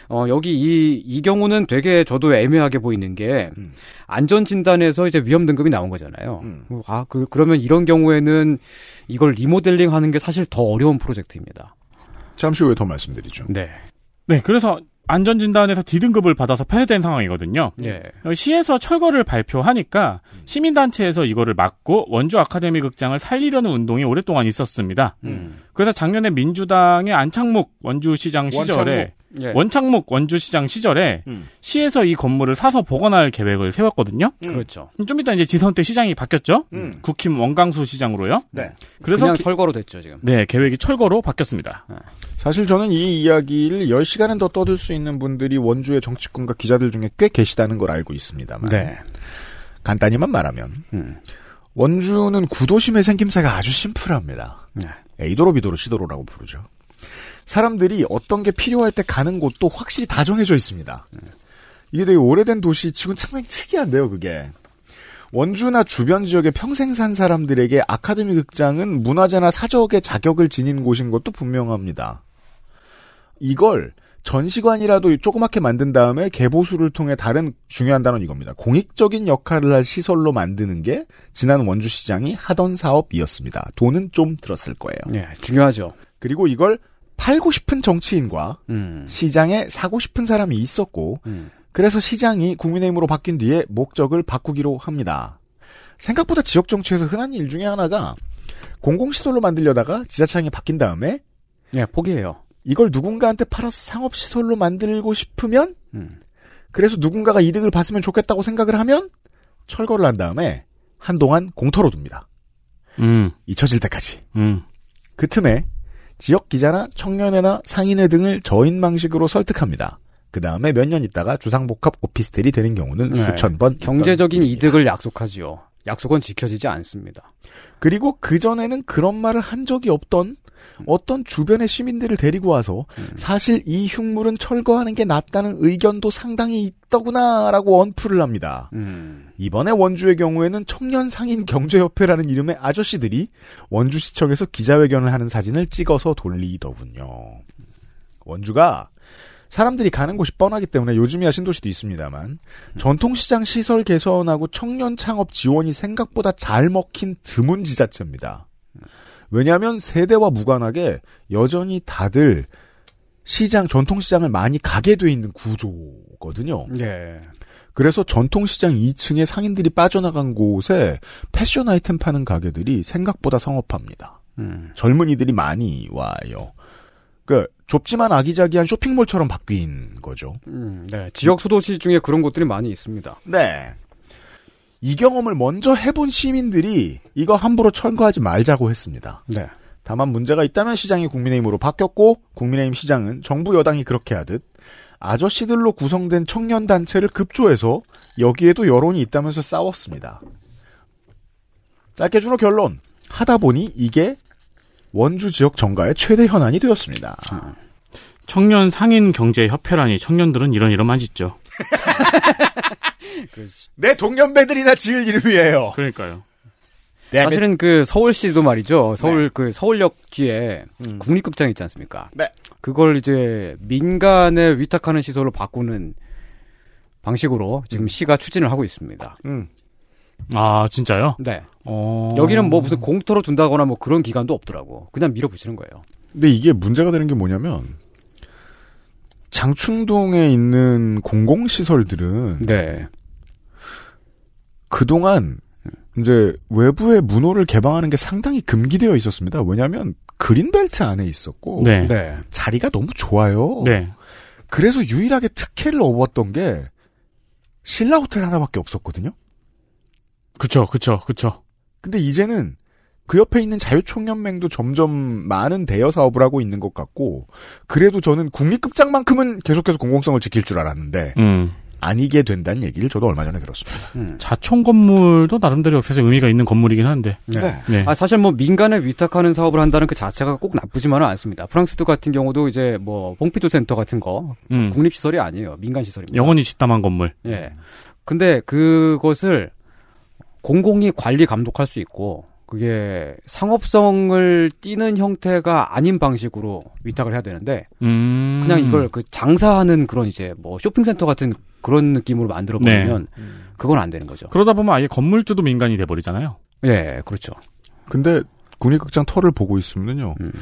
D: 어 여기 이 이 경우는 되게 저도 애매하게 보이는 게 안전 진단에서 이제 위험 등급이 나온 거잖아요. 음. 아그 그러면 이런 경우에는 이걸 리모델링 하는 게 사실 더 어려운 프로젝트입니다.
B: 잠시 후에 더 말씀드리죠.
C: 네. 네, 그래서 안전진단에서 D등급을 받아서 폐쇄된 상황이거든요.
D: 예.
C: 시에서 철거를 발표하니까 시민단체에서 이거를 막고 원주 아카데미 극장을 살리려는 운동이 오랫동안 있었습니다. 음. 그래서 작년에 민주당의 안창목 원주시장 시절에 원창목, 예. 원창목 원주시장 시절에 음. 시에서 이 건물을 사서 복원할 계획을 세웠거든요.
D: 그렇죠.
C: 음. 좀 이따 이제 지선 때 시장이 바뀌었죠. 국힘 원광수 시장으로요.
B: 네.
D: 음. 그래서 그냥 네. 철거로 됐죠 지금.
C: 네, 계획이 철거로 바뀌었습니다. 아.
B: 사실 저는 이 이야기를 10시간은 더 떠들 수 있는 분들이 원주의 정치권과 기자들 중에 꽤 계시다는 걸 알고 있습니다만.
C: 네.
B: 간단히만 말하면 원주는 구도심의 생김새가 아주 심플합니다. 예, 이도로 비도로 시도로라고 부르죠. 사람들이 어떤 게 필요할 때 가는 곳도 확실히 다 정해져 있습니다. 이게 되게 오래된 도시 치곤 상당히 특이한데요, 그게. 원주나 주변 지역에 평생 산 사람들에게 아카데미 극장은 문화재나 사적의 자격을 지닌 곳인 것도 분명합니다. 이걸 전시관이라도 조그맣게 만든 다음에 개보수를 통해 다른 중요한 단어는 이겁니다. 공익적인 역할을 할 시설로 만드는 게 지난 원주시장이 하던 사업이었습니다. 돈은 좀 들었을 거예요.
D: 네, 중요하죠.
B: 그리고 이걸 팔고 싶은 정치인과
D: 음.
B: 시장에 사고 싶은 사람이 있었고 그래서 시장이 국민의힘으로 바뀐 뒤에 목적을 바꾸기로 합니다. 생각보다 지역 정치에서 흔한 일 중에 하나가 공공시설로 만들려다가 지자체장이 바뀐 다음에
D: 네, 포기해요.
B: 이걸 누군가한테 팔아서 상업시설로 만들고 싶으면 그래서 누군가가 이득을 봤으면 좋겠다고 생각을 하면 철거를 한 다음에 한동안 공터로 둡니다.
C: 음,
B: 잊혀질 때까지.
C: 음.
B: 그 틈에 지역 기자나 청년회나 상인회 등을 저인 방식으로 설득합니다. 그 다음에 몇 년 있다가 주상복합 오피스텔이 되는 경우는
D: 네,
B: 수천 번. 있던
D: 경제적인 이득을 약속하지요. 약속은 지켜지지 않습니다.
B: 그리고 그전에는 그런 말을 한 적이 없던 어떤 주변의 시민들을 데리고 와서
D: 음.
B: 사실 이 흉물은 철거하는 게 낫다는 의견도 상당히 있더구나라고 언프를 합니다.
D: 음.
B: 이번에 원주의 경우에는 청년상인 경제협회라는 이름의 아저씨들이 원주시청에서 기자회견을 하는 사진을 찍어서 돌리더군요. 원주가 사람들이 가는 곳이 뻔하기 때문에 요즘이야 신도시도 있습니다만 전통시장 시설 개선하고 청년 창업 지원이 생각보다 잘 먹힌 드문 지자체입니다. 왜냐하면 세대와 무관하게 여전히 다들 시장 전통시장을 많이 가게 돼 있는 구조거든요.
D: 네.
B: 그래서 전통시장 2층에 상인들이 빠져나간 곳에 패션 아이템 파는 가게들이 생각보다 성업합니다.
D: 음.
B: 젊은이들이 많이 와요. 그 좁지만 아기자기한 쇼핑몰처럼 바뀐 거죠.
D: 음, 네. 지역 소도시 중에 그런 곳들이 많이 있습니다.
B: 네. 이 경험을 먼저 해본 시민들이 이거 함부로 철거하지 말자고 했습니다.
D: 네.
B: 다만 문제가 있다면 시장이 국민의힘으로 바뀌었고 국민의힘 시장은 정부 여당이 그렇게 하듯 아저씨들로 구성된 청년 단체를 급조해서 여기에도 여론이 있다면서 싸웠습니다. 짧게 주로 결론 하다 보니 이게 원주 지역 정가의 최대 현안이 되었습니다.
C: 청년 상인 경제 협회라니 청년들은 이런 이런 만짓죠.
B: 내 동년배들이나 지을 이름이에요.
C: 그러니까요.
D: 사실은 그 서울시도 말이죠. 서울 그 서울역 뒤에 국립극장 있지 않습니까?
B: 네.
D: 그걸 이제 민간에 위탁하는 시설로 바꾸는 방식으로 지금 시가 추진을 하고 있습니다.
B: 음.
C: 아 진짜요?
D: 네.
C: 어...
D: 여기는 뭐 무슨 공터로 둔다거나 뭐 그런 기관도 없더라고. 그냥 밀어붙이는 거예요.
B: 근데 이게 문제가 되는 게 뭐냐면 장충동에 있는 공공시설들은
D: 네.
B: 그동안 이제 외부의 문호를 개방하는 게 상당히 금기되어 있었습니다. 왜냐하면 그린벨트 안에 있었고
C: 네.
D: 네.
B: 자리가 너무 좋아요.
D: 뭐-
C: 네.
B: 그래서 유일하게 특혜를 얻었던 게 신라 호텔 하나밖에 없었거든요.
C: 그쵸 그쵸 그쵸.
B: 근데 이제는 그 옆에 있는 자유총연맹도 점점 많은 대여 사업을 하고 있는 것 같고 그래도 저는 국립극장만큼은 계속해서 공공성을 지킬 줄 알았는데
D: 네.
C: 음.
B: 아니게 된다는 얘기를 저도 얼마 전에 들었습니다.
C: 자총 건물도 나름대로 역사적 의미가 있는 건물이긴 한데.
D: 네.
C: 네.
D: 아, 사실 뭐 민간에 위탁하는 사업을 한다는 그 자체가 꼭 나쁘지만은 않습니다. 프랑스도 같은 경우도 이제 뭐 봉피도 센터 같은 거
C: 음.
D: 국립시설이 아니에요. 민간시설입니다.
C: 영원히 집담한 건물.
D: 예. 근데 그것을 공공이 관리 감독할 수 있고 그게 상업성을 띠는 형태가 아닌 방식으로 위탁을 해야 되는데
C: 음.
D: 그냥 이걸 그 장사하는 그런 이제 뭐 쇼핑센터 같은 그런 느낌으로 만들어 버리면
C: 네.
D: 그건 안 되는 거죠.
C: 그러다 보면 아예 건물주도 민간이 돼 버리잖아요.
D: 예, 그렇죠.
B: 근데 국립극장 터를 보고 있으면요.
D: 음.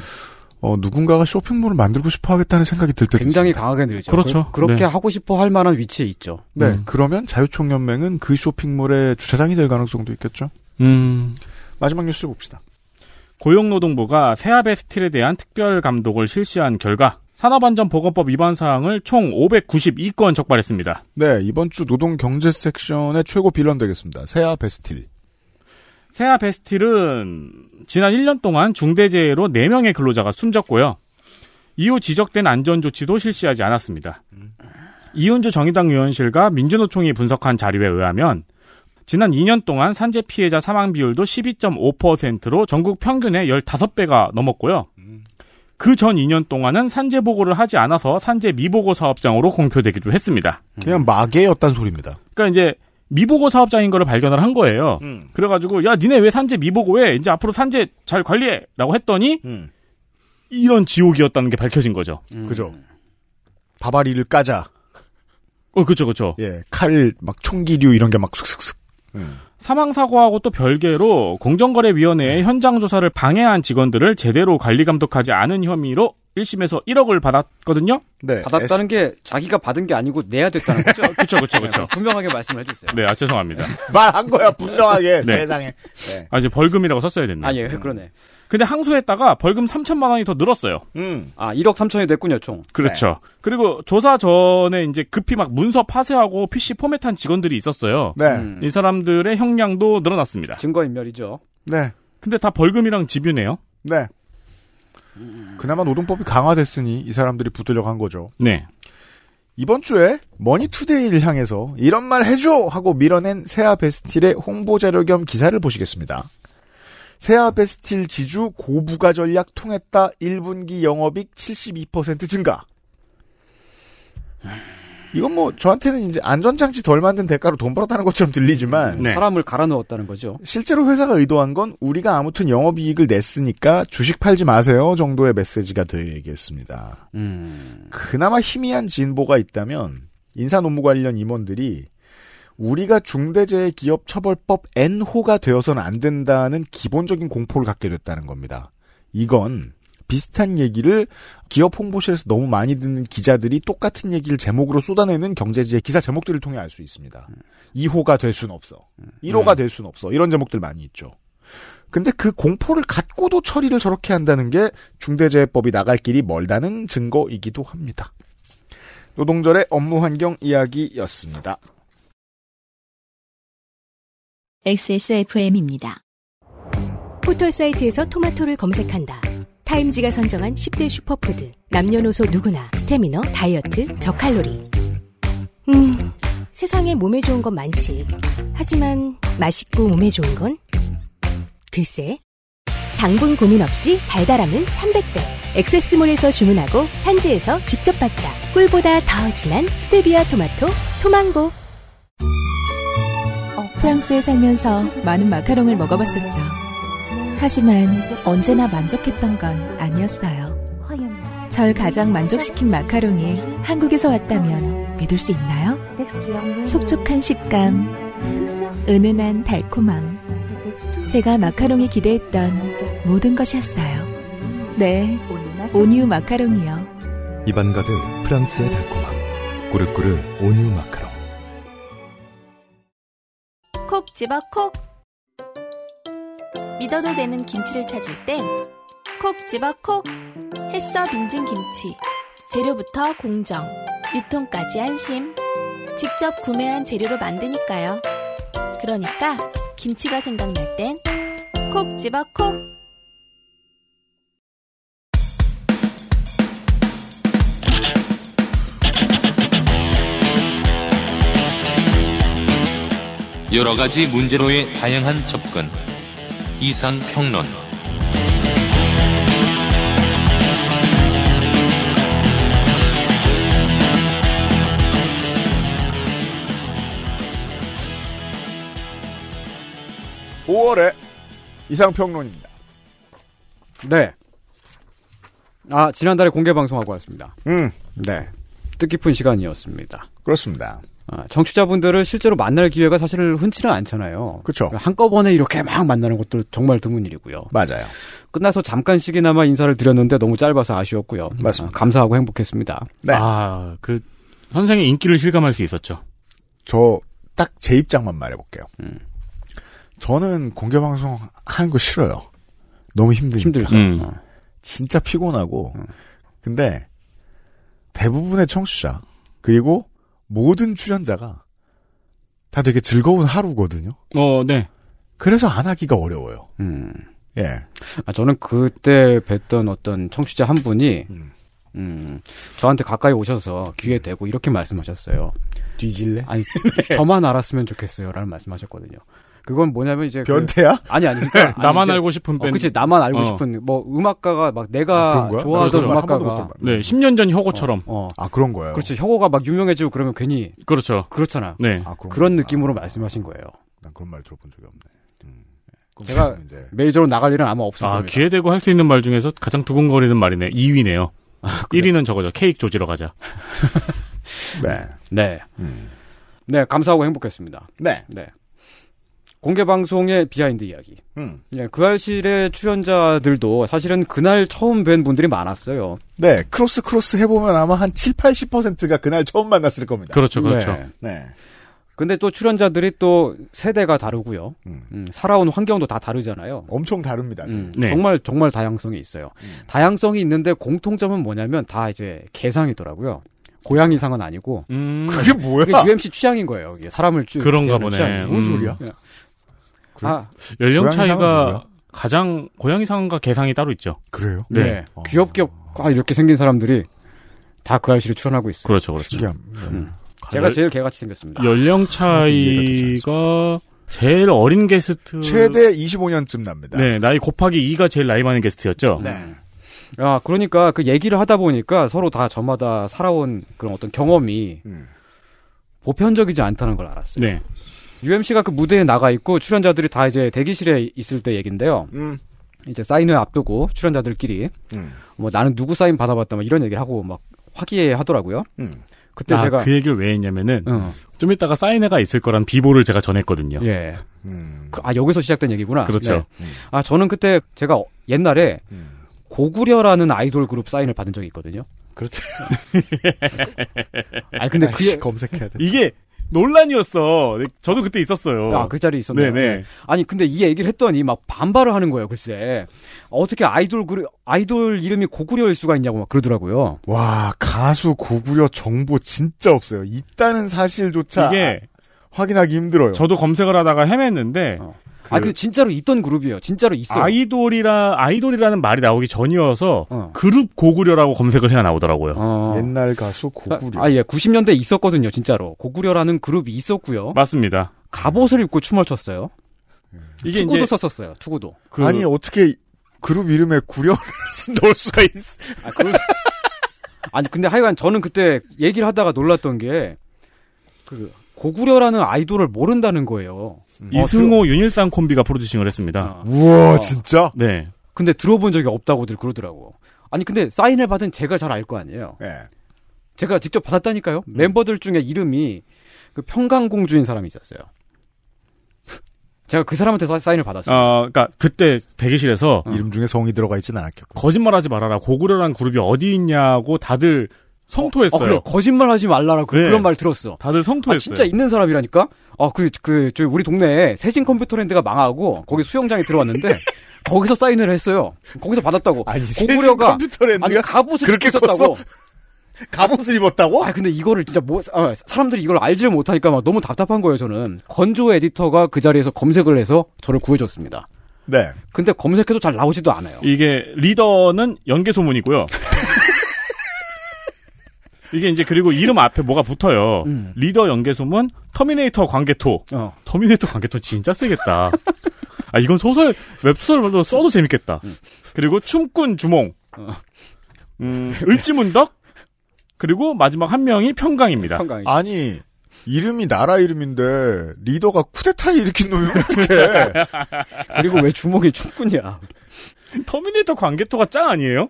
B: 어, 누군가가 쇼핑몰을 만들고 싶어 하겠다는 생각이 들 때도
D: 굉장히
B: 있습니다.
D: 강하게 늘죠.
C: 그렇죠.
D: 그, 렇게
C: 네.
D: 하고 싶어 할 만한 위치에 있죠.
B: 네,
C: 음.
B: 그러면 자유총연맹은 그 쇼핑몰의 주차장이 될 가능성도 있겠죠.
C: 음.
B: 마지막 뉴스 봅시다.
C: 고용노동부가 세아베스틸에 대한 특별 감독을 실시한 결과 산업안전보건법 위반 사항을 총 592건 적발했습니다.
B: 네, 이번 주 노동 경제 섹션의 최고 빌런 되겠습니다. 세아 베스틸.
C: 세아베스틸은 지난 1년 동안 중대재해로 4명의 근로자가 숨졌고요. 이후 지적된 안전조치도 실시하지 않았습니다. 이은주 정의당 의원실과 민주노총이 분석한 자료에 의하면 지난 2년 동안 산재 피해자 사망 비율도 12.5%로 전국 평균의 15배가 넘었고요. 그 전 2년 동안은 산재 보고를 하지 않아서 산재 미보고 사업장으로 공표되기도 했습니다.
D: 음.
B: 그냥 마개였단 소리입니다.
C: 그러니까 이제 미보고 사업장인 거를 발견을 한 거예요. 그래가지고 야 니네 왜 산재 미보고해? 이제 앞으로 산재 잘 관리해라고 했더니 이런 지옥이었다는 게 밝혀진 거죠.
D: 음.
B: 그죠. 바바리를 까자.
C: 어, 그쵸, 그쵸.
B: 예, 칼, 막 총기류 이런 게 막 슥슥슥. 음.
C: 사망사고하고 또 별개로 공정거래위원회의 현장 조사를 방해한 직원들을 제대로 관리 감독하지 않은 혐의로 1심에서 1억을 받았거든요.
B: 네.
D: 받았다는 게 자기가 받은 게 아니고 내야 됐다는 거죠. 네,
C: 그쵸, 그렇죠, 그쵸, 그쵸.
D: 분명하게 말씀을 해주세요.
C: 네, 아, 죄송합니다.
B: 말한 거야, 분명하게.
C: 네.
B: 세상에. 네.
C: 아, 이제 벌금이라고 썼어야 됐네요.
D: 아, 예, 그러네.
C: 근데 항소했다가 벌금 3천만 원이 더 늘었어요.
B: 음.
D: 아, 1억 3천이 됐군요, 총.
C: 그렇죠. 그리고 조사 전에 이제 급히 막 문서 파쇄하고 PC 포맷한 직원들이 있었어요.
B: 네.
D: 음.
C: 이 사람들의 형량도 늘어났습니다.
D: 증거인멸이죠.
B: 네.
C: 근데 다 벌금이랑 집유네요.
B: 네.
D: 음.
B: 그나마 노동법이 강화됐으니 이 사람들이 붙으려고 한 거죠.
C: 네.
B: 이번 주에 머니투데이를 향해서 이런 말 해줘 하고 밀어낸 세아 베스틸의 홍보 자료 겸 기사를 보시겠습니다. 세아 베스틸 지주 고부가 전략 통했다 1분기 영업익 72% 증가. 이건 뭐 저한테는 이제 안전장치 덜 만든 대가로 돈 벌었다는 것처럼 들리지만
C: 네.
D: 사람을 갈아 넣었다는 거죠.
B: 실제로 회사가 의도한 건 우리가 아무튼 영업이익을 냈으니까 주식 팔지 마세요 정도의 메시지가 되겠습니다.
D: 음.
B: 그나마 희미한 진보가 있다면 인사노무 관련 임원들이 우리가 중대재해기업처벌법 N호가 되어서는 안 된다는 기본적인 공포를 갖게 됐다는 겁니다. 이건 비슷한 얘기를 기업 홍보실에서 너무 많이 듣는 기자들이 똑같은 얘기를 제목으로 쏟아내는 경제지의 기사 제목들을 통해 알 수 있습니다. 2호가 될 순 없어.
D: 음.
B: 1호가 될 순 없어. 이런 제목들 많이 있죠. 근데 그 공포를 갖고도 처리를 저렇게 한다는 게 중대재해법이 나갈 길이 멀다는 증거이기도 합니다. 노동절의 업무 환경 이야기였습니다.
A: XSFM입니다.
G: 포털 사이트에서 토마토를 검색한다. 타임지가 선정한 10대 슈퍼푸드. 남녀노소 누구나 스테미너, 다이어트, 저칼로리. 음, 세상에 몸에 좋은 건 많지. 하지만 맛있고 몸에 좋은 건? 글쎄. 당분 고민 없이 달달함은 300배. 액세스몰에서 주문하고 산지에서 직접 받자. 꿀보다 더 진한 스테비아 토마토, 토망고.
H: 어, 프랑스에 살면서 많은 마카롱을 먹어봤었죠. 하지만 언제나 만족했던 건 아니었어요. 절 가장 만족시킨 마카롱이 한국에서 왔다면 믿을 수 있나요? 촉촉한 식감, 은은한 달콤함. 제가 마카롱이 기대했던 모든 것이었어요. 네, 온유 마카롱이요.
F: 입안 가득 프랑스의 달콤함. 꾸르꾸르 온유 마카롱.
K: 콕 집어 콕 믿어도 되는 김치를 찾을 땐 콕 집어 콕 햇서 빙진 김치 재료부터 공정 유통까지 안심 직접 구매한 재료로 만드니까요 그러니까 김치가 생각날 땐 콕 집어 콕
J: 여러 가지 문제로의 다양한 접근. 이상 평론.
B: 오월의 이상평론입니다.
D: 네. 아, 지난달에 공개 방송하고 왔습니다.
B: 음,
D: 네. 뜻깊은 시간이었습니다.
B: 그렇습니다.
D: 아, 청취자분들을 실제로 만날 기회가 사실 흔치는 않잖아요. 그러니까
B: 그쵸.
D: 한꺼번에 이렇게 막 만나는 것도 정말 드문 일이고요.
B: 맞아요.
D: 끝나서 잠깐씩이나마 인사를 드렸는데 너무 짧아서 아쉬웠고요.
B: 맞습니다.
D: 아, 감사하고 행복했습니다.
B: 네.
C: 아, 그 선생의 인기를 실감할 수 있었죠.
B: 저 딱 제 입장만 말해볼게요.
D: 음.
B: 저는 공개방송 하는 거 싫어요. 너무 힘드니까.
D: 힘들죠.
C: 음.
D: 어.
B: 진짜 피곤하고 근데 대부분의 청취자 그리고 모든 출연자가 다 되게 즐거운 하루거든요.
C: 어, 네.
B: 그래서 안 하기가 어려워요.
D: 음.
B: 예.
D: 아, 저는 그때 뵀던 어떤 청취자 한 분이
B: 음.
D: 음, 저한테 가까이 오셔서 귀에 대고 이렇게 말씀하셨어요.
B: 뒤질래?
D: 아니 저만 알았으면 좋겠어요라는 말씀하셨거든요. 그건 뭐냐면 이제 그-
B: 변태야?
D: 아니 아니 그러니까 아니,
C: 나만
D: 이제-
C: 알고 싶은
D: 어,
C: 밴드.
D: 그치 나만 알고
C: 어.
D: 싶은 뭐 음악가가 막 내가 그러니까 좋아하던
C: 그렇죠.
D: 음악가가
C: 네, 10년 전
D: 어.
C: 혁오처럼.
B: 아, 그런 거예요.
D: 그렇지 혁오가 막 유명해지고 그러면 괜히
C: 그렇죠.
D: 그렇잖아.
C: 네.
D: 그런, 그런 느낌으로 말씀하신 거예요.
B: 난 그런 말 들어본 적이 없네. 음.
D: 제가 메이저로 나갈 일은 아마 없을
C: 아,
D: 겁니다.
C: 귀에 대고 할 수 있는 말 중에서 가장 두근거리는 말이네. 2위네요.
D: 아,
C: 1위는 저거죠. 케이크 조지러 가자.
B: 네. 음.
D: 네. 네, 감사하고 행복했습니다.
B: 네.
D: 공개 방송의 비하인드 이야기.
B: 음.
D: 네, 그 알실의 출연자들도 사실은 그날 처음 뵌 분들이 많았어요.
B: 네, 크로스 크로스 해보면 아마 한 7, 80%가 그날 처음 만났을 겁니다.
C: 그렇죠,
D: 네.
B: 네.
D: 근데 또 출연자들이 또 세대가 다르고요. 음, 살아온 환경도 다 다르잖아요.
B: 엄청 다릅니다.
D: 음.
C: 네.
D: 정말 정말 다양성이 있어요. 다양성이 있는데 공통점은 뭐냐면 다 이제 개상이더라고요. 고양이 상은 아니고
B: 음. 그게 뭐야? 음,
D: 이게 UMC 취향인 거예요. 이게 사람을 쭉
C: 그런가
D: 개를
C: 보네.
D: 취향이에요. 음?
C: 뭔 소리야?
D: 아,
C: 연령
D: 고양이 상은 뭐야?
C: 차이가 가장 고양이상과 개상이 따로 있죠.
B: 그래요?
D: 네.
B: 어.
D: 귀엽게 아, 이렇게 생긴 사람들이 다 그 아이씨를 출연하고 있어요.
C: 그렇죠, 그렇죠.
D: 음. 제가 제일 개같이 생겼습니다.
C: 연령 차이가 제일 어린 게스트
B: 음. 최대 25년쯤 납니다.
C: 네, 나이 곱하기 2가 제일 나이 많은 게스트였죠.
D: 네. 아, 그러니까 그 얘기를 하다 보니까 서로 다 저마다 살아온 그런 어떤 경험이
B: 음.
D: 보편적이지 않다는 걸 알았어요.
C: 네.
D: UMC가 그 무대에 나가 있고 출연자들이 다 이제 대기실에 있을 때 얘긴데요.
B: 음.
D: 이제 사인회 앞두고 출연자들끼리 뭐 나는 누구 사인 받아봤다 막 이런 얘기를 하고 막 화기애 하더라고요.
B: 음.
D: 그때
C: 아,
D: 제가
C: 그 얘기를 왜 했냐면은
D: 어.
C: 좀 이따가 사인회가 있을 거란 비보를 제가 전했거든요.
D: 예.
B: 음.
D: 그- 아 여기서 시작된 얘기구나.
C: 그렇죠.
D: 네. 아 저는 그때 제가 어- 옛날에 고구려라는 아이돌 그룹 사인을 받은 적이 있거든요. 그렇죠. 아 근데 그
B: 아이씨, 검색해야 돼.
C: 이게 논란이었어. 네, 저도 그때 있었어요.
D: 아, 그 자리에 있었네요.
C: 네네.
D: 아니, 근데 이 얘기를 했더니 막 반발을 하는 거예요, 글쎄. 어떻게 아이돌, 그룹, 아이돌 이름이 고구려일 수가 있냐고 막 그러더라고요.
B: 와, 가수 고구려 정보 진짜 없어요. 있다는 사실조차
C: 이게
B: 확인하기 힘들어요.
C: 저도 검색을 하다가 헤맸는데
D: 아, 근데 진짜로 있던 그룹이에요. 진짜로 있어요.
C: 그 아이돌이라 아이돌이라는 말이 나오기 전이어서 그룹 고구려라고 검색을 해야 나오더라고요.
D: 어.
B: 옛날 가수 고구려.
D: 아, 예, 90년대 에 있었거든요, 진짜로. 고구려라는 그룹이 있었고요.
C: 맞습니다.
D: 갑옷을 입고 춤을 췄어요.
C: 이게
D: 투구도
C: 이제- 그
D: 썼었어요, 투구도.
B: 아니 어떻게 그룹 이름에 구려를 넣을 수가 있?
D: 아, 그럴 수- 아니, 근데 하여간 저는 그때 얘기를 하다가 놀랐던 게, 그, 고구려라는 아이돌을 모른다는 거예요.
C: 어, 이승호 윤일상 콤비가 프로듀싱을
D: 아.
C: 했습니다.
B: 우와 진짜?
C: 네.
D: 근데 들어본 적이 없다고들 그러더라고. 아니 근데 사인을 받은 제가 잘 알 거 아니에요.
B: 예.
D: 제가 직접 받았다니까요.
B: 음.
D: 멤버들 중에 이름이 그 평강공주인 사람이 있었어요. 제가 그 사람한테 사- 사인을 받았어요.
C: 아, 그러니까 그때 대기실에서
B: 이름 중에 성이 들어가 있진 않았겠고.
C: 거짓말하지 말아라. 고구려란 그룹이 어디 있냐고 다들
B: 아,
C: 성토했어요.
D: 어, 그래. 거짓말하지 말라라 그,
C: 네.
D: 런말 들었어.
C: 다들 성토했어요.
D: 아, 진짜 있는 사람이라니까. 아그그저 우리 동네에 세진 컴퓨터 랜드가 망하고 거기 수영장에 들어왔는데 거기서 사인을 했어요. 거기서 받았다고. 고구려가
B: 컴퓨터 랜드가
D: 아니 갑옷을
B: 그렇게
D: 입었다고.
B: 컸어? 갑옷을 입었다고?
D: 아 근데 이거를 진짜 뭐 아, 사람들이 이걸 알지를 못하니까 막 너무 답답한 거예요 저는. 건조 에디터가 그 자리에서 검색을 해서 저를 구해줬습니다.
B: 네.
D: 근데 검색해도 잘 나오지도 않아요.
C: 이게 리더는 연계 소문이고요. 이게 이제 그리고 이름 앞에 뭐가 붙어요.
D: 음.
C: 리더 연계 소문, 터미네이터 관계토.
D: 어,
C: 터미네이터 관계토 진짜 세겠다. 아 이건 소설 웹소설로 써도 재밌겠다.
D: 음.
C: 그리고 춤꾼 주몽. 음, 을지문덕 그리고 마지막 한 명이 평강입니다.
B: 아니 이름이 나라 이름인데 리더가 쿠데타 일으킨 놈이 어떡해?
D: 그리고 왜 주먹이 어, 춤꾼이야?
C: 터미네이터 관계토가 짱 아니에요?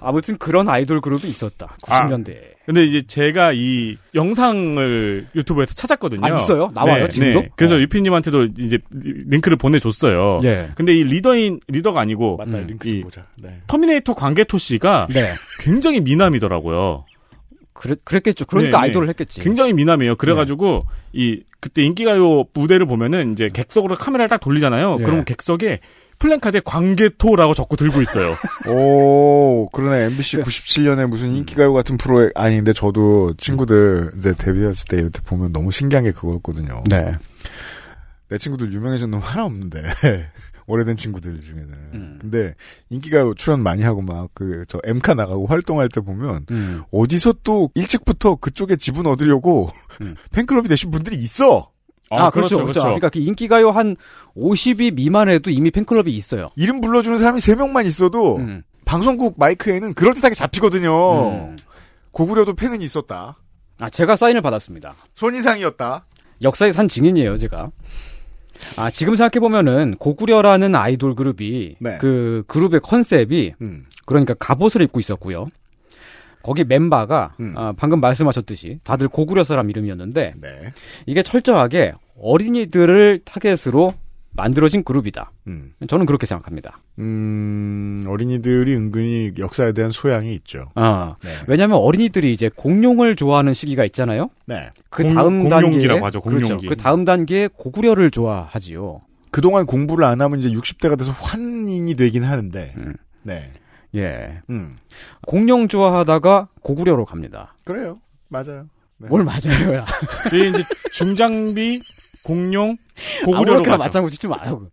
D: 아무튼 그런 아이돌 그룹이 있었다. 90년대에.
C: 근데 이제 제가 이 영상을 유튜브에서 찾았거든요. 네,
D: 아, 있어요? 나와요, 지금도? 네.
C: 그래서 유피님한테도 이제 링크를 보내줬어요.
D: 예.
C: 근데 이 리더인 리더가
B: 음,
C: 아니고 맞다, 링크 좀 보자. 터미네이터 관계토 씨가
D: 네.
C: 굉장히 미남이더라고요.
D: 그랬, 그랬겠죠. 그러니까 아이돌을 했겠지.
C: 굉장히 미남이에요. 그래가지고
D: 네.
C: 이 그때 인기가요 무대를 보면은 이제 객석으로 카메라를 딱 돌리잖아요.
D: 네.
B: 예.
C: 그러면 객석에 플랜카드에 관계토라고 적고 들고 있어요.
B: 오, 그러네. MBC 97년에 무슨 인기가요 같은 프로에, 아니, 근데 저도 친구들 이제 데뷔했을 때 이렇게 보면 너무 신기한 게 그거였거든요.
D: 네.
B: 내 친구들 유명해진 놈 하나 없는데, 오래된 친구들 중에는.
C: 음.
B: 근데 인기가 출연 많이 하고 막 그 저 엠카 나가고 활동할 때 보면
D: 음.
B: 어디서 또 일찍부터 그쪽에 지분 얻으려고
C: 음.
B: 팬클럽이 되신 분들이 있어.
D: 아, 그렇죠, 그렇죠. 그러니까 그 인기가요 한 50위 미만 해도 이미 팬클럽이 있어요. 음.
B: 이름 불러주는 사람이 3명만 있어도
C: 음.
B: 방송국 마이크에는 그럴듯하게 잡히거든요.
C: 음.
B: 고구려도 팬은 있었다.
D: 아, 제가 사인을 받았습니다.
B: 손이상이었다.
D: 역사의 산 증인이에요, 제가. 아, 지금 생각해보면은, 고구려라는 아이돌 그룹이,
B: 네.
D: 그 그룹의 컨셉이,
B: 음,
D: 그러니까 갑옷을 입고 있었고요. 거기 멤버가,
B: 음.
D: 아, 방금 말씀하셨듯이, 다들 고구려 사람 이름이었는데,
B: 네.
D: 이게 철저하게 어린이들을 타겟으로 만들어진 그룹이다.
B: 음.
D: 저는 그렇게 생각합니다.
B: 음, 어린이들이 은근히 역사에 대한 소양이 있죠.
D: 아,
B: 네.
D: 왜냐면 하 어린이들이 이제 공룡을 좋아하는 시기가 있잖아요.
B: 네.
D: 그
B: 공-
D: 다음 단계에
B: 공룡기라고 하죠, 공룡기.
D: 그렇죠. 그 다음 단계에 고구려를 좋아하지요.
B: 그동안 공부를 안 하면 이제 60대가 돼서 환인이 되긴 하는데. 네.
D: 음. 예.
B: 음.
D: 공룡 좋아하다가 고구려로 갑니다.
B: 그래요. 맞아요. 네.
D: 뭘 맞아요, 야.
C: 이게 이제 중장비, 공룡, 고구려로
D: 아무렇게나
C: 가죠.
D: 맞장구치 좀 말고.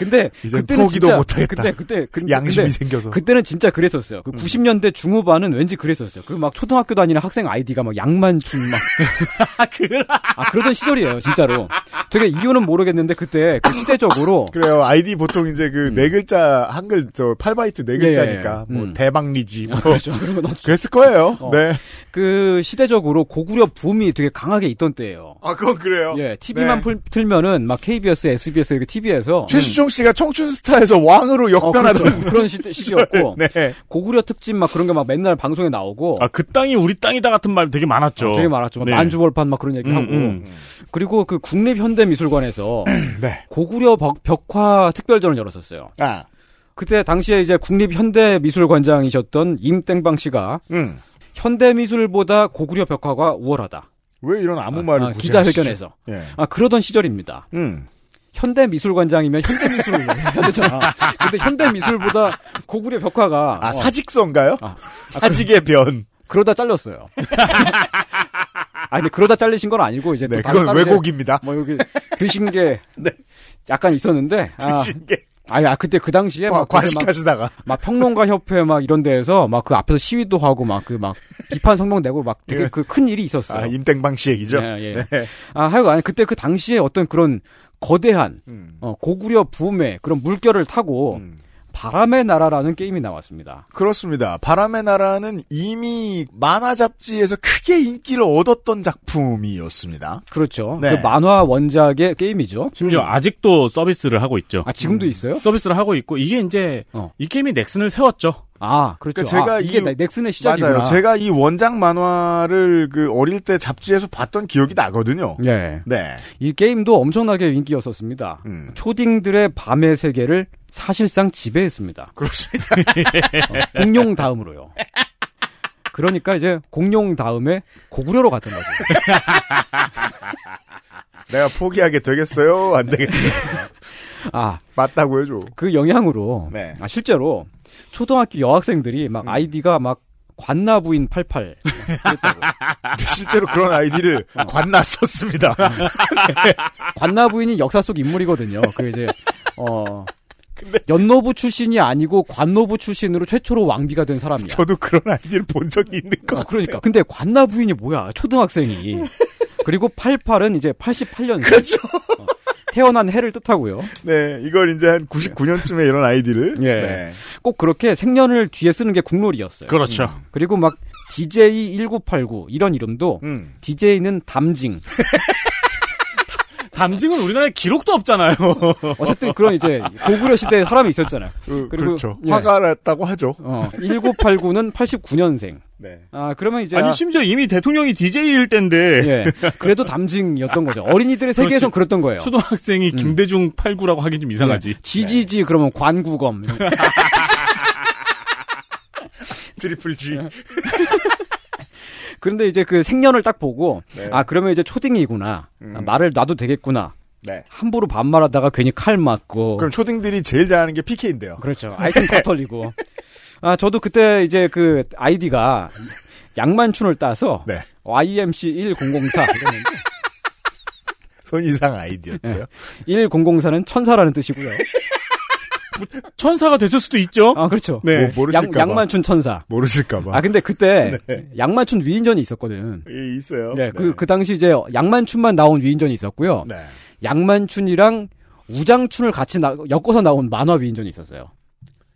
D: 근데
C: 이젠
D: 그때는
C: 포기도
D: 진짜
C: 못하겠다. 음.
D: 그때 그때 근데,
B: 양심이
D: 근데
B: 생겨서.
D: 그때는 진짜 그랬었어요. 그 90년대 중후반은 왠지 그랬었어요. 그 막 초등학교 다니는 학생 아이디가 막 양만춘 막. 아 그러던 시절이에요, 진짜로. 되게 이유는 모르겠는데 그때 그 시대적으로
B: 그래요. 아이디 보통 이제 그 네 글자 한글 저 8바이트 네
D: 예,
B: 글자니까
D: 예, 예.
B: 뭐
D: 음.
B: 대박리지.
D: 아,
B: 뭐.
D: 그렇죠. 그런 거 넣어주-
B: 그랬을 거예요.
D: 어.
B: 네.
D: 그 시대적으로 고구려 붐이 되게 강하게 있던 때예요.
B: 아 그건 그래요.
D: 예,
C: 네.
D: TV만 틀면은 막 KBS, SBS 이렇게 TV에서
B: 최수종 씨가 청춘 스타에서 왕으로 역변하던
D: 어, 그런 시대 시기였고
B: 네.
D: 고구려 특집 막 그런 게 막 맨날 방송에 나오고
C: 아, 그 땅이 우리 땅이다 같은 말 되게 많았죠.
D: 아, 되게 많았죠. 막
C: 네.
D: 만주벌판 막 그런 얘기
C: 음,
D: 하고
C: 음.
D: 그리고 그 국립현대미술관에서
B: 네.
D: 고구려 벽, 화 특별전을 열었었어요.
B: 아.
D: 그때 당시에 이제 국립현대미술관장이셨던 임땡방 씨가
B: 음.
D: 현대미술보다 고구려 벽화가 우월하다.
B: 왜 이런 아무 뭐 말을
D: 아,
B: 굳이
D: 기자회견에서.
B: 하시죠? 예.
D: 아 그러던 시절입니다.
B: 음.
D: 현대미술관장이면 현대미술을 해야 되잖아. 근데 현대미술보다 고구려 벽화가
B: 아 사직서인가요? 사직의 변.
D: 그러다 잘렸어요. 아니 근데 그러다 잘리신 건 아니고 이제
B: 네,
D: 또 다른
B: 그건
D: 다른
B: 왜곡입니다.
D: 뭐 여기 드신 게 약간 있었는데 아,
B: 드신 게.
D: 아니 아 그때 그 당시에
B: 과-
D: 막 그때
B: 과식하시다가.
D: 막, 막 평론가 협회 막 이런 데에서 막 그 앞에서 시위도 하고 막 그 막 비판 성명 내고 막 되게
B: 예.
D: 그 큰 일이 있었어요.
B: 아, 임땡방 씨 얘기죠?
D: 예, 예.
B: 네.
D: 아 하여간 아니, 그때 그 당시에 어떤 그런 거대한
B: 음.
D: 어, 고구려 붐의 그런 물결을 타고 바람의 나라라는 게임이 나왔습니다.
B: 그렇습니다. 바람의 나라는 이미 만화 잡지에서 크게 인기를 얻었던 작품이었습니다.
D: 그렇죠.
B: 네.
D: 그 만화 원작의 게임이죠.
C: 심지어 아직도 서비스를 하고 있죠.
D: 음. 아 지금도
B: 음.
D: 있어요? 어.
C: 서비스를 하고 있고 이게 이제 이 게임이 넥슨을 세웠죠.
D: 아 그렇죠.
B: 그러니까 제가
D: 아, 이게
B: 이-
D: 넥- 넥슨의 시작이구나.
B: 맞아요. 제가 이 원작 만화를 그 어릴 때 잡지에서 봤던 기억이 나거든요.
D: 예.
B: 네.
D: 이 게임도 엄청나게 인기였었습니다.
B: 음.
D: 초딩들의 밤의 세계를 사실상 지배했습니다.
B: 그렇습니다.
D: 공룡 다음으로요. 그러니까 이제 공룡 다음에 고구려로 갔던 거죠.
B: 내가 포기하게 되겠어요? 안 되겠어요?
D: 아,
B: 맞다고 해줘.
D: 그 영향으로
B: 네. 음.
D: 아, 실제로 초등학교 여학생들이 막 아이디가 막 관나부인 88
B: 근데 실제로 그런 아이디를
D: 어.
B: 관나 썼습니다.
D: 관나부인이 역사 속 인물이거든요. 그 이제 어 연노부 출신이 아니고 관노부 출신으로 최초로 왕비가 된 사람이야.
B: 저도 그런 아이디를 본 적이 있는 것
D: 어,
B: 같아요.
D: 그러니까 근데 관나부인이 뭐야? 초등학생이. 그리고 88은 이제 88년
B: 그렇죠.
D: 태어난 해를 뜻하고요.
B: 네, 이걸 이제 한 99년쯤에 이런 아이디를.
D: 예.
B: 네.
D: 꼭 그렇게 생년을 뒤에 쓰는 게 국룰이었어요.
C: 그렇죠.
D: 그리고 막 DJ 1989 이런 이름도
B: 음.
D: DJ는 담징.
C: 담징은 우리나라에 기록도 없잖아요.
D: 어쨌든 그런 이제 고구려 시대에 사람이 있었잖아요.
B: 그,
D: 그리고-
B: 렇죠
D: 예.
B: 화가 났다고 하죠.
D: 어, 1989는 89년생.
B: 네.
D: 아, 그러면 이제
C: 아니 심지어 이미 대통령이 DJ일 때인데
D: 예. 그래도 담징이었던 거죠. 어린이들의 세계에선 그랬던 거예요. 예.
C: 초등학생이 김대중 89라고 하긴 좀 이상하지.
D: 지지지 그러면 관구검.
B: 트리플 G.
D: 예. 그런데 이제 그 생년을 딱 보고
B: 네.
D: 아 그러면 이제 초딩이구나 아, 말을 놔도 되겠구나
B: 네. 그렇죠.
D: 함부로 반말하다가 괜히 칼 맞고
B: 그럼 초딩들이 제일 잘하는 게 PK인데요.
D: 그렇죠 아이템 다 털리고 아 저도 그때 이제 그 아이디가 양만춘을 따서
B: 네.
D: YMC 1004 이랬는데
B: 손 이상 아이디였고요.
D: 1004는 천사라는 뜻이고요
C: 천사가 됐을 수도 있죠.
D: 아 그렇죠.
C: 네.
D: 뭐, 모르실까 양, 만춘 천사.
B: 모르실까봐.
D: 아 근데 그때 양만춘 위인전이 있었거든.
B: 예, 있어요.
D: 네, 그, 그 당시 이제 양만춘만 나온 위인전이 있었고요.
B: 네.
D: 양만춘이랑 우장춘을 같이 나, 엮어서 나온 만화 위인전이 있었어요.